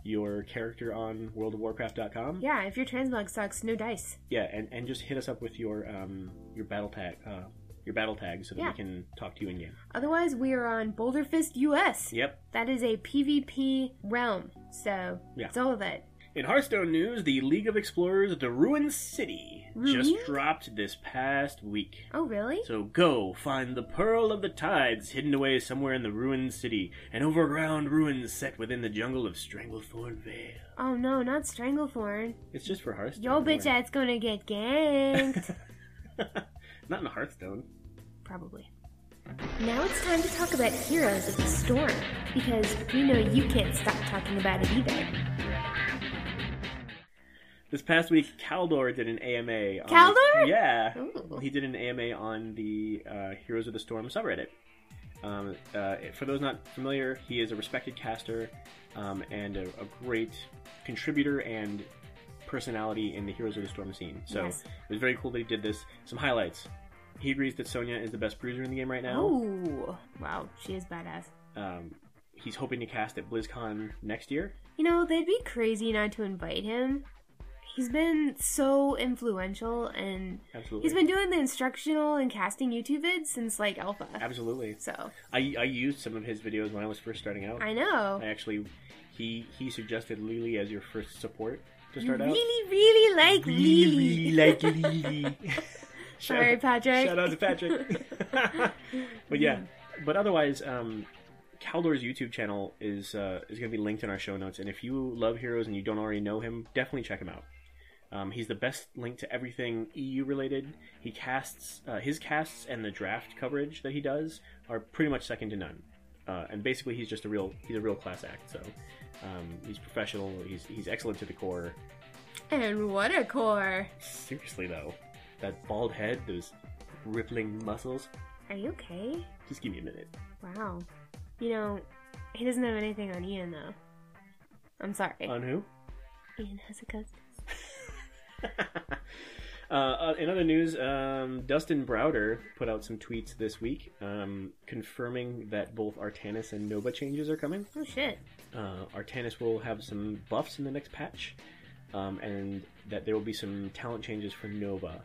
your character on worldofwarcraft.com.
Yeah, if your transmog sucks, no dice.
yeah, and, and just hit us up with your um, your battle tag uh, your battle tag so that
Yeah.
we can talk to you in game.
Otherwise, we are on Boulder Fist US.
Yep.
That is a PvP realm, so
Yeah.
it's all of it.
In Hearthstone news, the League of Explorers, the Ruined City,
Ruined?
just dropped this past week.
Oh, really?
So go find the Pearl of the Tides hidden away somewhere in the ruined city, an overground ruin set within the jungle of Stranglethorn Vale.
Oh no, not Stranglethorn.
It's just for Hearthstone.
Yo,
don't
bitch, ass gonna get ganked.
worry. (laughs) Not in Hearthstone.
Probably.
Now it's time to talk about Heroes of the Storm, because we know you can't stop talking about it either.
This past week, Kaldor did an AMA. On
Kaldor?
The, yeah.
Ooh.
He did an AMA on the uh, Heroes of the Storm subreddit. Um, uh, for those not familiar, he is a respected caster um, and a, a great contributor and personality in the Heroes of the Storm scene. So
Yes.
it was very cool that he did this. Some highlights. He agrees that Sonya is the best bruiser in the game right now.
Oh, wow, she is badass.
Um, he's hoping to cast at BlizzCon next year.
You know, they'd be crazy not to invite him. He's been so influential, and
Absolutely.
he's been doing the instructional and casting YouTube vids since like Alpha.
Absolutely.
So
I, I used some of his videos when I was first starting out.
I know.
I actually, he he suggested Lily as your first support to start out.
Really, really like Lily. (laughs)
like Lily. (laughs) Shout-
Sorry, Patrick.
Shout out to Patrick.
(laughs)
(laughs) but yeah, but otherwise, um, Kaldor's YouTube channel is uh, is going to be linked in our show notes, and if you love Heroes and you don't already know him, definitely check him out. Um, he's the best link to everything EU related. He casts uh, his casts and the draft coverage that he does are pretty much second to none. Uh, and basically, he's just a real he's a real class act. So um, he's professional. He's he's excellent to the core.
And what a core.
Seriously though, that bald head, those rippling muscles.
Are you okay?
Just give me a minute.
Wow. You know, he doesn't have anything on Ian though. I'm sorry.
On who? (laughs)
Ian has a cousin.
uh, uh, in other news, um, Dustin Browder put out some tweets this week um, confirming that both Artanis and Nova changes are coming.
Oh shit.
Uh, Artanis will have some buffs in the next patch, um, and that there will be some talent changes for Nova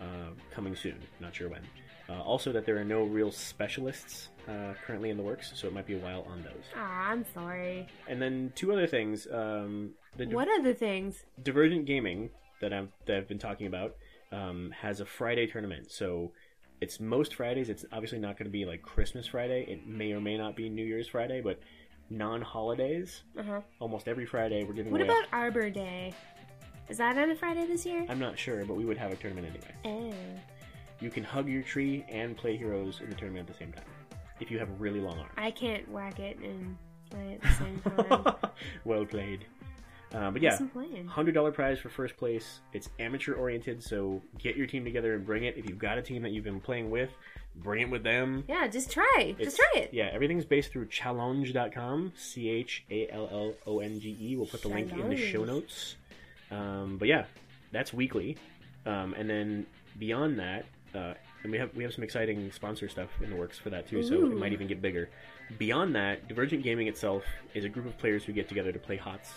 uh, coming soon. Not sure when. Uh, also, that there are no real specialists uh, currently in the works, so it might be a while on those.
Ah, I'm sorry.
And then two other things. Um, the
What other things?
Divergent Gaming that I've that I've been talking about um, has a Friday tournament. So it's most Fridays. It's obviously not going to be like Christmas Friday. It may or may not be New Year's Friday, but non-holidays.
Uh huh.
Almost every Friday we're giving
What
away.
about Arbor Day? Is that on a Friday this year?
I'm not sure, but we would have a tournament anyway.
Oh.
You can hug your tree and play heroes in the tournament at the same time if you have really long arms.
I can't whack it and play at the
(laughs)
same time.
well played. Uh, but yeah,
Awesome plan.
Hundred dollar prize for first place. It's amateur oriented, so get your team together and bring it. If you've got a team that you've been playing with, bring it with them.
Yeah, just try.
It's-
just try it.
Yeah, everything's based through challenge.com. C H A L L O N G E. We'll put the link in the show
Challenge.
notes. Um, but yeah, that's weekly. Um, and then beyond that, uh, and we have we have some exciting sponsor stuff in the works for that too. So it
Ooh.
might even get bigger. Beyond that, Divergent Gaming itself is a group of players who get together to play HOTS,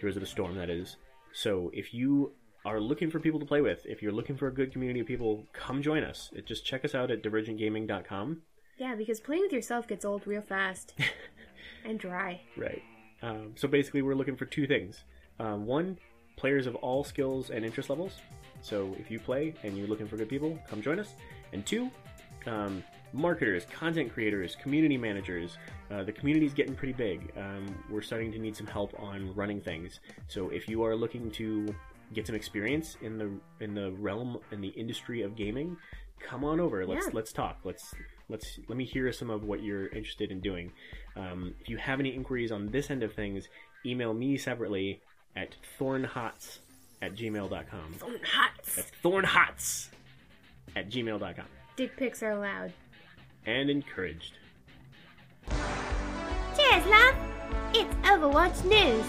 Heroes of the Storm. That is. So if you are looking for people to play with, if you're looking for a good community of people, come join us. It, just check us out at divergentgaming.com.
Yeah, because playing with yourself gets old real fast and dry.
Right. Um, so basically, we're looking for two things. Um, one, players of all skills and interest levels. So if you play and you're looking for good people, come join us. And two, um, marketers, content creators, community managers. Uh, the community's getting pretty big. Um, we're starting to need some help on running things. So if you are looking to get some experience in the in the realm in the industry of gaming, come on over. Let's
Yeah.
let's talk. Let's let's let me hear some of what you're interested in doing. Um, if you have any inquiries on this end of things, email me separately at thornhots at gmail.com.
Phone hots.
That's thornhots at gmail.com
Dick pics are allowed.
and encouraged.
Cheers, love! It's Overwatch News!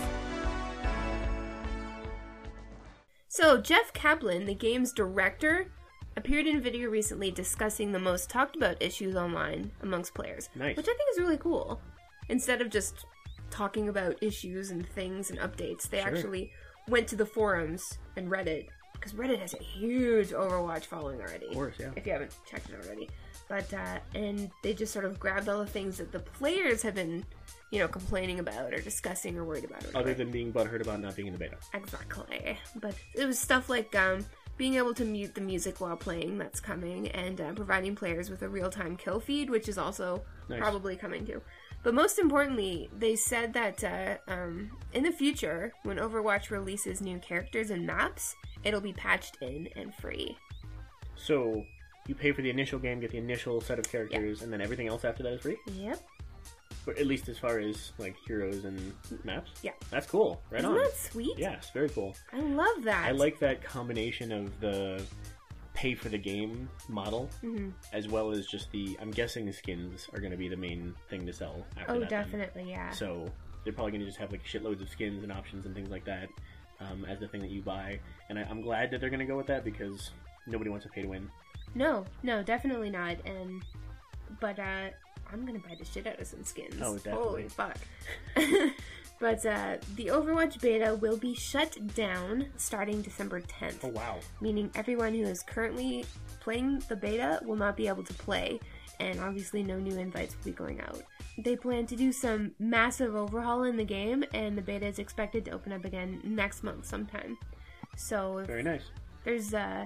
So, Jeff Kaplan, the game's director, appeared in a video recently discussing the most talked about issues online amongst players.
Nice.
Which I think is really cool. Instead of just talking about issues and things and updates, they
Sure.
actually went to the forums and Reddit. Because Reddit has a huge Overwatch following already.
Of course, yeah.
If you haven't checked it already. But, uh, and they just sort of grabbed all the things that the players have been, you know, complaining about or discussing or worried about. Or
Other
whatever.
than being butthurt about not being in the beta.
Exactly. But it was stuff like um, being able to mute the music while playing, that's coming, and uh, providing players with a real time kill feed, which is also
Nice.
probably coming too. But most importantly, they said that uh, um, in the future, when Overwatch releases new characters and maps, it'll be patched in and free.
So you pay for the initial game, get the initial set of characters, and then everything else after that is free.
Yep.
Or at least as far as like heroes and maps.
Yeah.
That's cool. Right
Isn't
on.
that sweet?
Yes, very cool.
I love that.
I like that combination of the pay for the game model
Mhm.
as well as just the I'm guessing skins are gonna be the main thing to sell after
Oh,
that. then.
definitely, yeah.
So they're probably going to just have like shitloads of skins and options and things like that um, as the thing that you buy. And I, I'm glad that they're going to go with that because nobody wants to pay to win.
No, no, definitely not. And but uh, I'm gonna buy the shit out of some skins.
Oh,
Holy
definitely.
fuck. (laughs) but uh, the Overwatch beta will be shut down starting December 10th,
Oh wow!
meaning everyone who is currently playing the beta will not be able to play, and obviously no new invites will be going out. They plan to do some massive overhaul in the game, and the beta is expected to open up again next month sometime. So if (laughs)
Very nice. (laughs)
there's uh,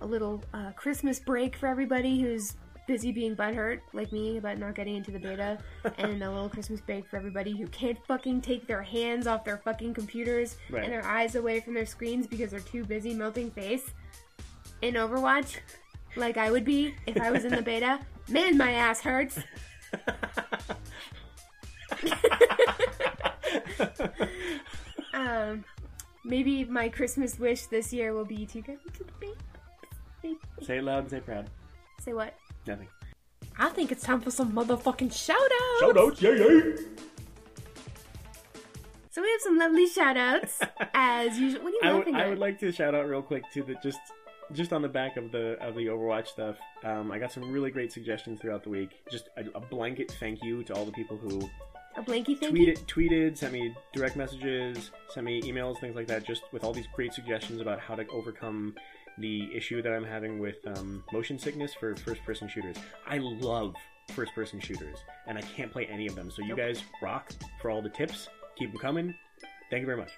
a little uh, Christmas break for everybody who's busy being butthurt, like me, about not getting into the beta, and a little Christmas break for everybody who can't fucking take their hands off their fucking computers
Right.
and their eyes away from their screens because they're too busy melting face in Overwatch, like I would be if I was in the beta. Man, my ass hurts. Um, maybe my Christmas wish this year will be to get into the beta.
say it loud and say it proud.
Say what?
Nothing.
I think it's time for some motherfucking shout outs.
outs, yay yay!
So we have some lovely shout
(laughs)
outs as usual. What are you
I would,
laughing
I
at?
would like to shout out real quick to the just just on the back of the of the Overwatch stuff. Um, I got some really great suggestions throughout the week. Just a, a blanket thank you to all the people who
a blanky thank you.
tweeted, tweeted, sent me direct messages, sent me emails, things like that, just with all these great suggestions about how to overcome the issue that I'm having with um, motion sickness for first person shooters. I love first person shooters, and I can't play any of them. So, you
Nope.
guys rock for all the tips. Keep them coming. Thank you very much.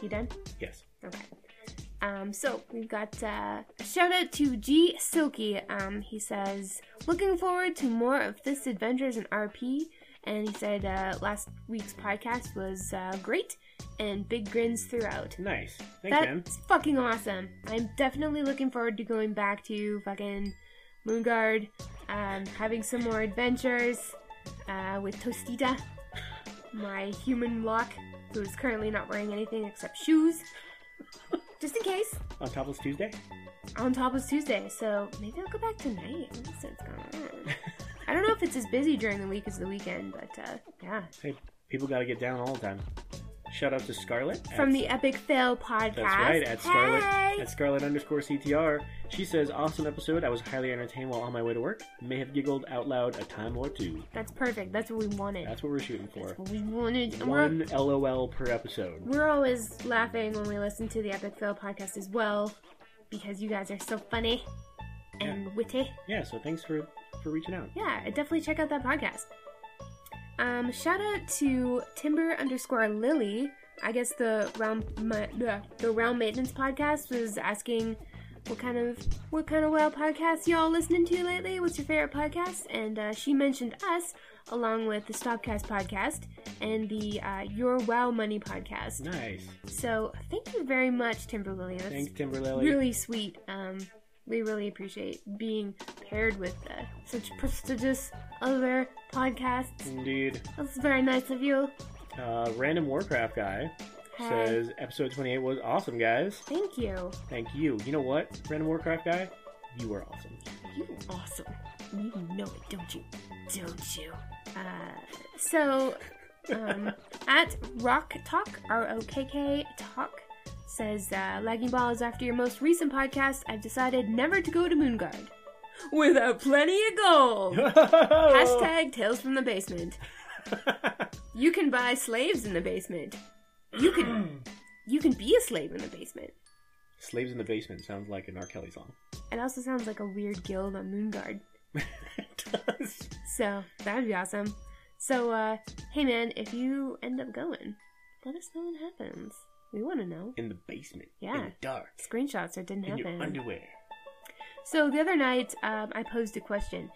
You done?
Yes.
Okay. Um, so we've got uh, a shout out to G Silky. Um, he says, looking forward to more of this adventures in RP. And he said uh, last week's podcast was uh, great and big grins throughout.
Nice. Thanks, man.
That's fucking awesome. I'm definitely looking forward to going back to fucking Moonguard, um, having some more adventures uh, with Tostita, my human lock, who is currently not wearing anything except shoes. Just in case.
On Topless Tuesday?
On top was Tuesday, so maybe I'll go back tonight. I don't know what's going
(laughs)
on. I don't know if it's as busy during the week as the weekend, but uh, yeah.
Hey, people got to get down all the time. Shout out to Scarlett at-
from the Epic Fail podcast.
That's right, at Scarlet
Hey!
at Scarlet underscore CTR. She says, awesome episode. I was highly entertained while on my way to work. May have giggled out loud a time or two.
That's perfect. That's what we wanted.
That's what we're shooting for.
That's what we wanted. And we're-
One LOL per episode.
We're always laughing when we listen to the Epic Fail podcast as well, because you guys are so funny and witty.
Yeah, so thanks for for reaching out.
Yeah, definitely check out that podcast. Um, shout out to Timber underscore Lily. I guess the round my, the, the round maintenance podcast was asking what kind of what kind of wild podcasts y'all listening to lately. What's your favorite podcast? And uh, she mentioned us along with the Stopcast podcast and the uh, Your Wow Money podcast.
Nice.
So thank you very much, Timber Lily. That's
Thanks, Timberlily.
really sweet. Um, we really appreciate being paired with uh, such prestigious other
Mm.
podcasts.
Indeed.
That's very nice of you.
Uh, Random Warcraft guy
Hi.
says episode 28 was awesome, guys.
Thank you.
Thank you. You know what, Random Warcraft guy? You were awesome.
You awesome. You know it, don't you? Don't you? Uh, so, um, at Rock Talk, R O K K Talk, says uh, Lagging Balls after your most recent podcast, I've decided never to go to Moonguard. Without plenty of
(laughs)
gold! Hashtag Tales from the Basement. You can buy slaves in the basement. You can you can be a slave in the basement.
Slaves in the Basement sounds like an R. Kelly song. (laughs)
It also sounds like a weird guild on Moonguard.
it does.
So that would be awesome. So uh hey man, if you end up going, let us know what happens. We wanna know.
In the basement. In
Yeah.
the dark.
Screenshots or it didn't
In your
happen.
underwear.
So the other night, um, I posed a question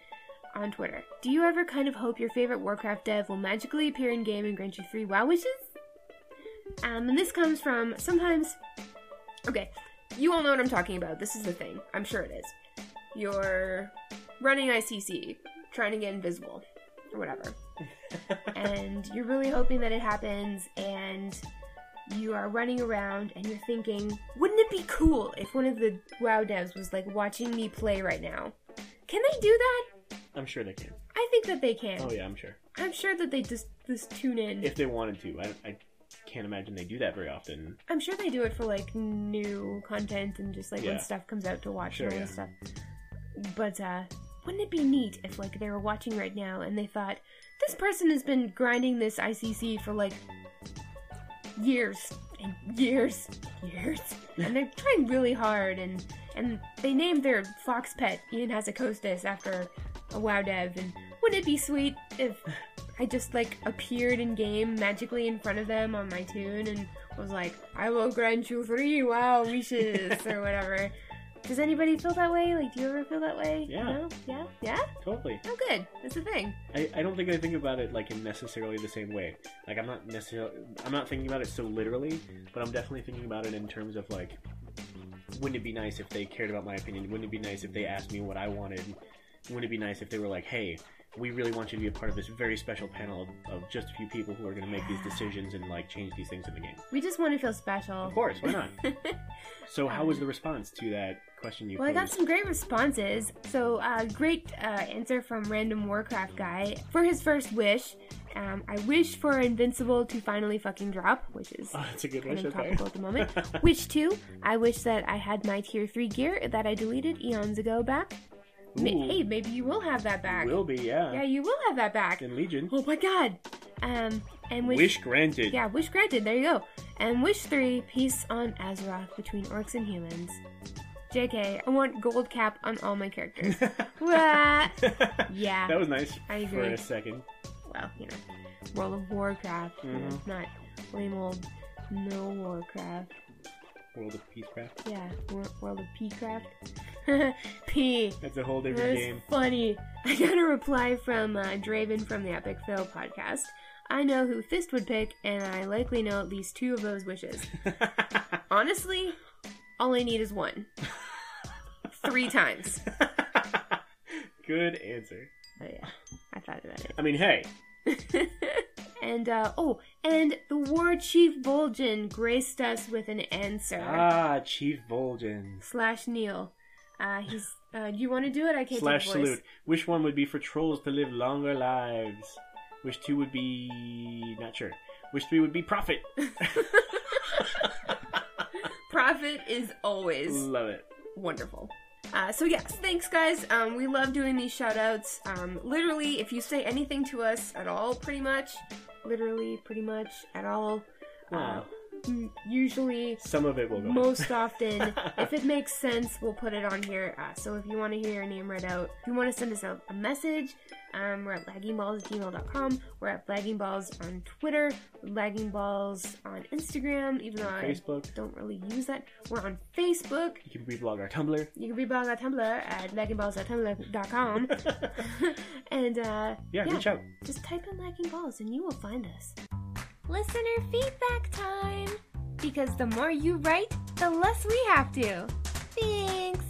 on Twitter. Do you ever kind of hope your favorite Warcraft dev will magically appear in game and grant you three WoW wishes? Um, and this comes from sometimes. Okay, you all know what I'm talking about. This is the thing. I'm sure it is. You're running ICC, trying to get invisible, or whatever. and you're really hoping that it happens, and you are running around and you're thinking, wouldn't it be cool if one of the WoW devs was like watching me play right now? Can they do that?
I'm sure they can.
I think that they can.
Oh yeah, I'm sure.
I'm sure that they just just tune in.
If they wanted to, I, I can't imagine they do that very often.
I'm sure they do it for like new content and just like
Yeah.
when stuff comes out to watch
Sure,
and all
yeah.
this stuff. But uh, wouldn't it be neat if like they were watching right now and they thought this person has been grinding this ICC for like years and years and years and they're trying really hard and and they named their fox pet Ian has a costas after a wow dev and wouldn't it be sweet if I just like appeared in game magically in front of them on my tune and was like, I will grant you three wow wishes
(laughs)
or whatever. Does anybody feel that way? Like, do you ever feel that way?
Yeah.
No? Yeah? Yeah?
Totally.
Oh, good. That's the thing.
I, I don't think I think about it like in necessarily the same way. Like I'm not necessarily I'm not thinking about it so literally, but I'm definitely thinking about it in terms of like, wouldn't it be nice if they cared about my opinion? Wouldn't it be nice if they asked me what I wanted? Wouldn't it be nice if they were like, hey, we really want you to be a part of this very special panel of, of just a few people who are going to make these decisions and like change these things in the game?
We just want to feel special.
Of course, why not?
(laughs)
so how was the response to that question you
Well, I got
posed?
some great responses. So, uh, great uh, answer from Random Warcraft Guy. For his first wish, um, I wish for Invincible to finally fucking drop, which is
Oh, (laughs) that's a good
kind
wish.
of
(laughs) Okay.
topical at the moment. Which two? I wish that I had my tier three gear that I deleted eons ago back. Ma-
Ooh.
hey, maybe you will have that back.
Will be yeah.
Yeah, you will have that back.
In Legion.
Oh my god. Um, and wish,
Wish granted.
yeah, wish granted. There you go. And wish three, peace on Azeroth between orcs and humans. JK, I want gold cap on all my
(laughs)
characters. What? Yeah.
That was nice
I
for
agree.
a second.
well, you know, World of Warcraft, you know,
Mm-hmm.
not lame old no Warcraft.
World of Peacecraft.
Yeah, Wor- World of P-Craft. (laughs) P.
That's a whole different
That's
game.
funny. I got a reply from uh, Draven from the Epic Fail podcast. I know who Fist would pick, and I likely know at least two of those wishes. Honestly, all I need is one. Three times.
(laughs) Good answer.
(laughs) Oh, yeah. I thought about it.
I mean, hey,
(laughs) And, uh, oh, and the War Chief Vol'jin graced us with an answer.
ah, Chief Vol'jin.
Slash Neil. Uh, he's, uh, do you want to do it? I can't
Slash
do the voice.
salute. Which one would be for trolls to live longer lives? Which two would be not sure. Wish three would be profit.
(laughs) Profit is always
Love it.
wonderful. Uh, so yes, thanks guys. Um, we love doing these shoutouts. Um, literally, if you say anything to us at all, pretty much, literally, pretty much at all, uh,
Wow.
m- usually,
Ah, Some of it will go.
most often, if it makes sense, we'll put it on here. Uh, so if you want to hear your name read out, if you want to send us a, a message, um, we're at laggingballs at gmail.com. We're at laggingballs on Twitter, laggingballs on Instagram, even though I
Facebook.
don't really use that. We're on Facebook.
You can reblog our Tumblr. (laughs)
You can reblog our Tumblr at
(laughs)
laggingballs.tumblr.com. and uh,
Yeah, reach out.
just type in lagging balls and you will find us.
Listener feedback time! Because the more you write, the less we have to. Thanks!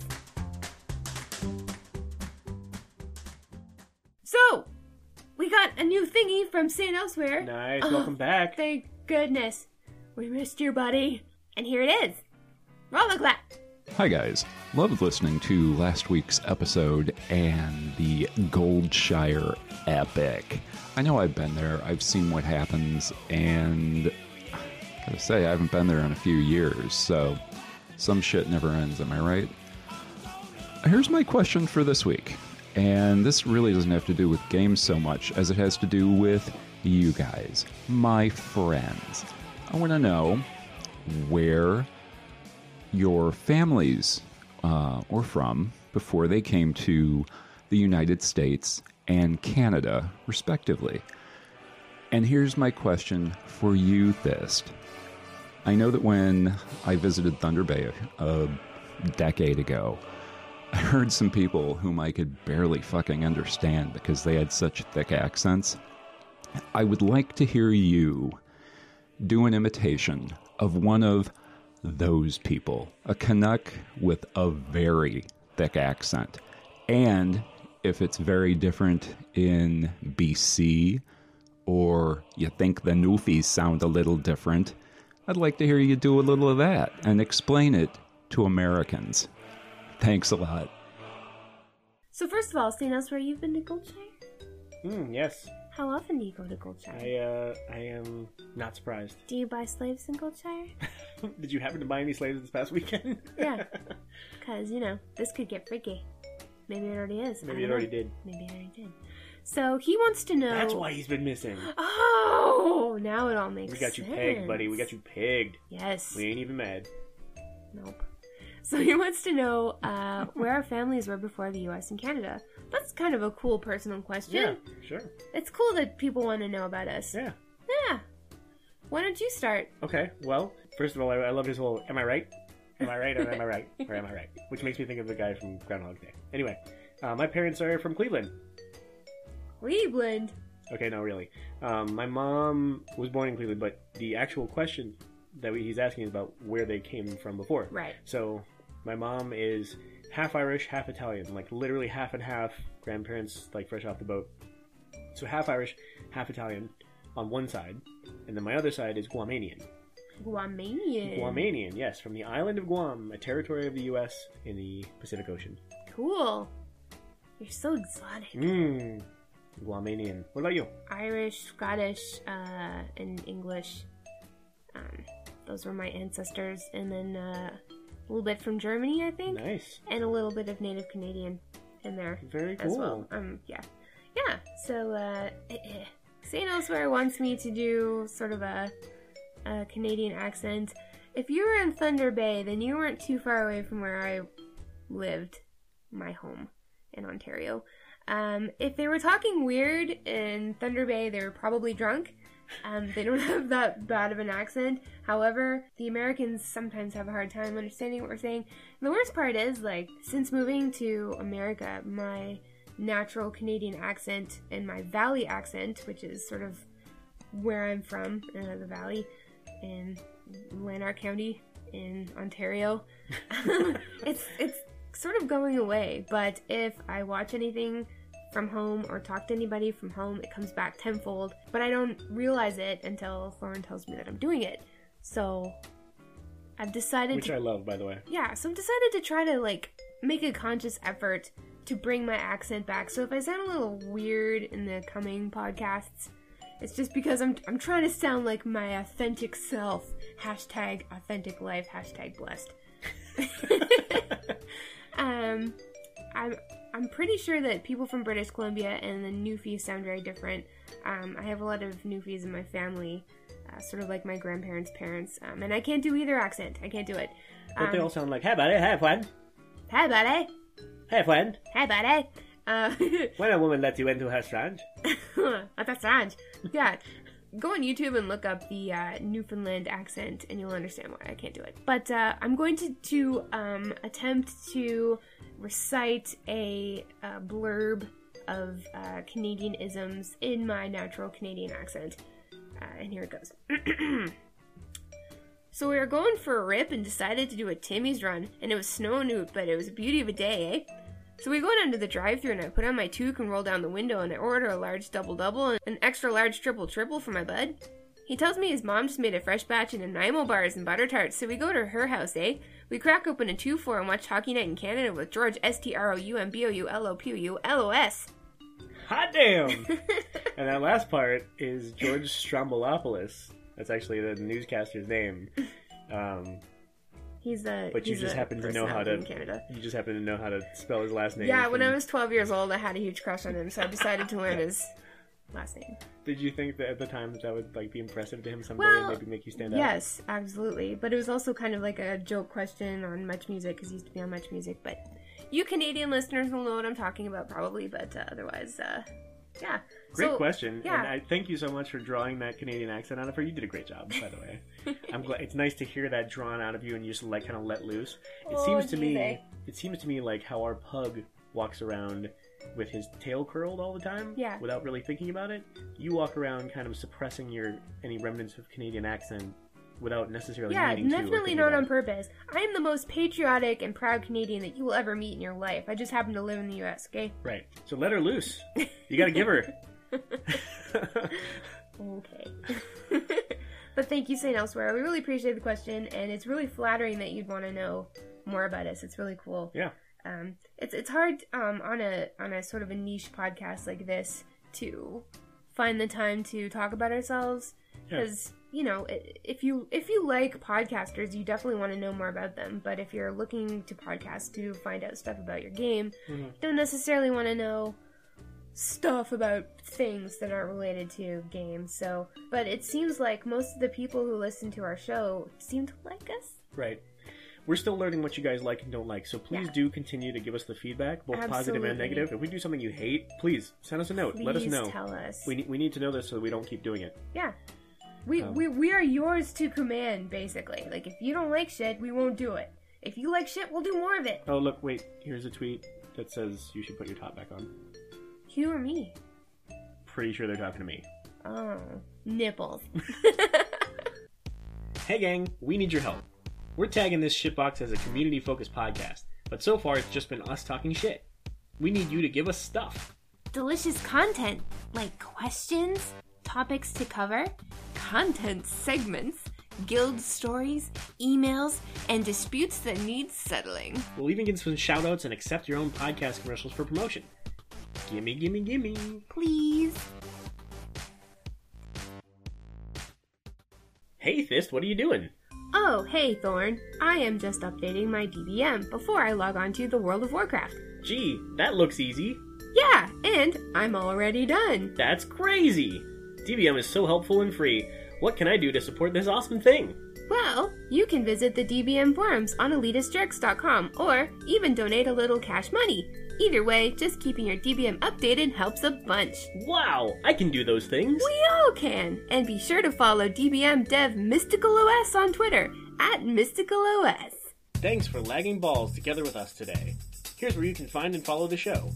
So, we got a new thingy from St. Elsewhere.
Nice.
Oh,
Welcome back.
Thank goodness. We missed you, buddy. And here it is. Roll the clap.
Hi, guys. Loved listening to last week's episode and the Goldshire epic. I know I've been there, I've seen what happens, and I gotta say, I haven't been there in a few years, so some shit never ends, am I right? Here's my question for this week, and this really doesn't have to do with games so much as it has to do with you guys, my friends. I wanna know where your families uh, were from before they came to the United States and Canada, respectively. And here's my question for you, Thist. I know that when I visited Thunder Bay a, a decade ago, I heard some people whom I could barely fucking understand because they had such thick accents. I would like to hear you do an imitation of one of those people a Canuck with a very thick accent. And if it's very different in BC, or you think the Newfies sound a little different, I'd like to hear you do a little of that and explain it to Americans. Thanks a lot.
So, first of all, St. Elsewhere, you've been to Goldshire?
Mm, yes.
How often do you go to Goldshire?
I uh, I am not surprised. (laughs)
Do you buy slaves in Goldshire?
Did you happen to buy any slaves this past weekend? (laughs)
Yeah. Because, you know, this could get freaky. Maybe it already is. I
Maybe
don't
it
know.
already did.
Maybe it already did. So he wants to know.
That's why he's been missing.
Oh, now it all makes
We
sense.
got you pegged, buddy. We got you pegged.
Yes.
We ain't even mad.
Nope. So he wants to know uh, where our families were before the U.S. and Canada. That's kind of a cool personal
Yeah,
question.
sure.
It's cool that people want to know about us.
Yeah.
Yeah. Why don't you start?
Okay. Well, first of all, I, I love his whole "Am I right? Am I right? Or am
(laughs)
I right? Or am I right?" Which makes me think of the guy from Groundhog Day. Anyway, uh, my parents are from Cleveland.
Cleveland.
Okay, no, really. Um, my mom was born in Cleveland, but the actual question that he's asking is about where they came from before.
Right.
So my mom is half Irish, half Italian, like literally half and half. Grandparents like fresh off the boat. So half Irish, half Italian on one side, and then my other side is Guamanian.
Guamanian.
Guamanian, yes, from the island of Guam, a territory of the U.S. in the Pacific Ocean.
Cool. You're so exotic.
Mmm, Guamanian. What about you?
Irish, Scottish, uh, and English. Um, those were my ancestors, and then uh, a little bit from Germany, I think,
Nice.
and a little bit of Native Canadian in there
Very
as
cool.
well. Um, yeah, yeah. So uh, St. Elsewhere wants me to do sort of a, a Canadian accent. If you were in Thunder Bay, then you weren't too far away from where I lived, my home in Ontario. Um, if they were talking weird in Thunder Bay, they were probably drunk. Um, they don't (laughs) have that bad of an accent. However, the Americans sometimes have a hard time understanding what we're saying. The worst part is, like, since moving to America, my natural Canadian accent and my Valley accent, which is sort of where I'm from, uh, the Valley, in Lanark County in Ontario. (laughs) it's it's sort of going away, but if I watch anything from home or talk to anybody from home, it comes back tenfold. But I don't realize it until Lauren tells me that I'm doing it. So I've decided
Which
to
I love, by the way.
yeah, so I've decided to try to like make a conscious effort to bring my accent back. So if I sound a little weird in the coming podcasts, It's just because I'm, I'm trying to sound like my authentic self. Hashtag authentic life. Hashtag
(laughs)
blessed. um, I'm I'm pretty sure that people from British Columbia and the Newfies sound very different. Um, I have a lot of Newfies in my family, uh, sort of like my grandparents' parents, um, and I can't do either accent. I can't do it.
But they
Um,
all sound like, hey, buddy, hey, friend,
Hey, buddy.
hey, friend.
Hey, buddy. Uh, (laughs)
When a woman lets you into her strand,
Huh, that's strange. Yeah. Go on YouTube and look up the uh, Newfoundland accent, and you'll understand why I can't do it. But uh, I'm going to, to um, attempt to recite a, uh blurb of uh, Canadian isms in my natural Canadian accent. Uh, and here it goes. (clears throat) so we were going for a rip and decided to do a Timmy's run, and it was snowing, but it was a beauty of a day, eh? So we go down to the drive thru and I put on my toque and roll down the window and I order a large double double and an extra large triple triple for my bud. He tells me his mom just made a fresh batch of Nanaimo bars and butter tarts, so we go to her house, eh? We crack open a 2 4 and watch Hockey Night in Canada with George S T R O U M B O U L O P U L O S.
hot
(laughs)
damn! and that last part is George Strombolopoulos. That's actually the newscaster's name. Um,
He's a.
But you
he's
just
a
happen to know how
personality
to-
in Canada.
you just happen to know how to spell his last name.
Yeah, when
from-
I was 12 years old, I had a huge crush on him, so I decided to
(laughs)
learn his last name.
Did you think that at the time that, that would like be impressive to him someday
Well,
and maybe make you stand out?
Yes, absolutely. But it was also kind of like a joke question on Much Music because he used to be on Much Music. But you Canadian listeners will know what I'm talking about probably, but uh, otherwise, uh, yeah.
Great
So-
question.
yeah.
And I thank you so much for drawing that Canadian accent out of her. You did a great job, by
(laughs)
the way. I'm glad it's nice to hear that drawn out of you and you just like kind of let loose. It
Oh,
seems to me
Jose.
it seems to me like how our pug walks around with his tail curled all the time
Yeah.
without really thinking about it. You walk around kind of suppressing your any remnants of Canadian accent without necessarily
Yeah,
needing to or
definitely
thinking
not
about
on
it.
purpose. I am the most patriotic and proud Canadian that you will ever meet in your life. I just happen to live in the U.S. Okay.
Right. So let her loose.
(laughs)
You got to give her.
Okay. (laughs) but thank you, St. Elsewhere. We really appreciate the question, and it's really flattering that you'd want to know more about us. It's really cool.
yeah.
um, it's it's hard um, on a on a sort of a niche podcast like this to find the time to talk about ourselves
Yeah.
because you know i- if you if you like podcasters you definitely want to know more about them but if you're looking to podcasts to find out stuff about your game
Mhm.
don't necessarily want to know stuff about things that aren't related to games so but it seems like most of the people who listen to our show seem to like us
Right. We're still learning what you guys like and don't like, so please
Yeah.
do continue to give us the feedback, both positive
Absolutely.
and negative. If we do something you hate, please send us a note.
please
Let us know.
tell us
We, ne- we need to know this so that we don't keep doing it.
Yeah. We,
Um,
we we are yours to command, basically. Like if you don't like shit, we won't do it. If you like shit, we'll do more of it.
Oh, look, wait. Here's a tweet that says you should put your top back on.
You or me?
Pretty sure they're talking to me.
Oh, nipples. (laughs)
Hey, gang, we need your help. We're tagging this shitbox as a community focused podcast, but so far it's just been us talking shit. We need you to give us stuff.
Delicious content like questions, topics to cover, content segments, guild stories, emails, and disputes that need settling.
We'll even get some shout outs and accept your own podcast commercials for promotion. Gimme, gimme, gimme.
Please.
Hey, Fist, what are you doing?
oh, hey Thorn. I am just updating my DBM before I log on to the World of Warcraft.
Gee, that looks easy.
Yeah, and I'm already done.
That's crazy. DBM is so helpful and free. What can I do to support this awesome thing?
Well, you can visit the DBM forums on elitistjerks.com or even donate a little cash money. Either way, just keeping your DBM updated helps a bunch.
Wow, I can do those things.
We all can. And be sure to follow DBM Dev Mystical OS on Twitter at Mystical OS.
Thanks for lagging balls together with us today. Here's where you can find and follow the show.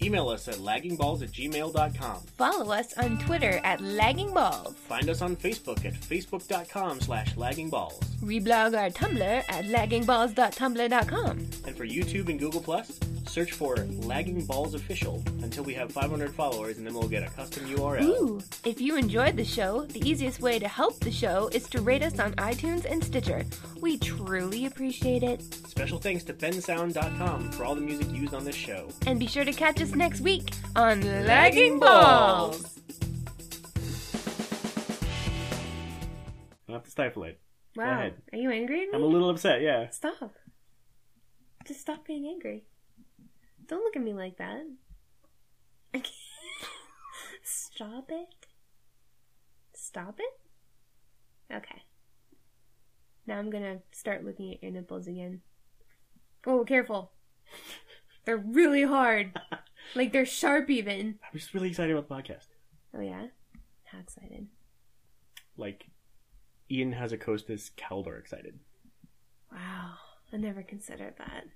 Email us at laggingballs at gmail.com.
Follow us on Twitter at Lagging Balls.
Find us on Facebook at facebook.com slash laggingballs.
Reblog our Tumblr at laggingballs.tumblr.com.
And for YouTube and Google Plus, search for Lagging Balls Official until we have 500 followers and then we'll get a custom URL.
Ooh! If you enjoyed the show, the easiest way to help the show is to rate us on iTunes and Stitcher. We truly appreciate it.
Special thanks to bensound.com for all the music used on this show.
And be sure to catch us next week on Lagging Balls.
I'll have to stifle it.
Wow.
ahead.
Are you angry at me?
I'm a little upset, yeah.
Stop. Just stop being angry. Don't look at me like that. I can't. (laughs) stop it. Stop it? Okay. Now I'm gonna start looking at your nipples again. Oh, careful. (laughs) They're really hard. Like they're sharp even.
I'm just really excited about the podcast.
Oh yeah? How excited.
Like, Ian has a Costas caliber excited.
Wow. I never considered that.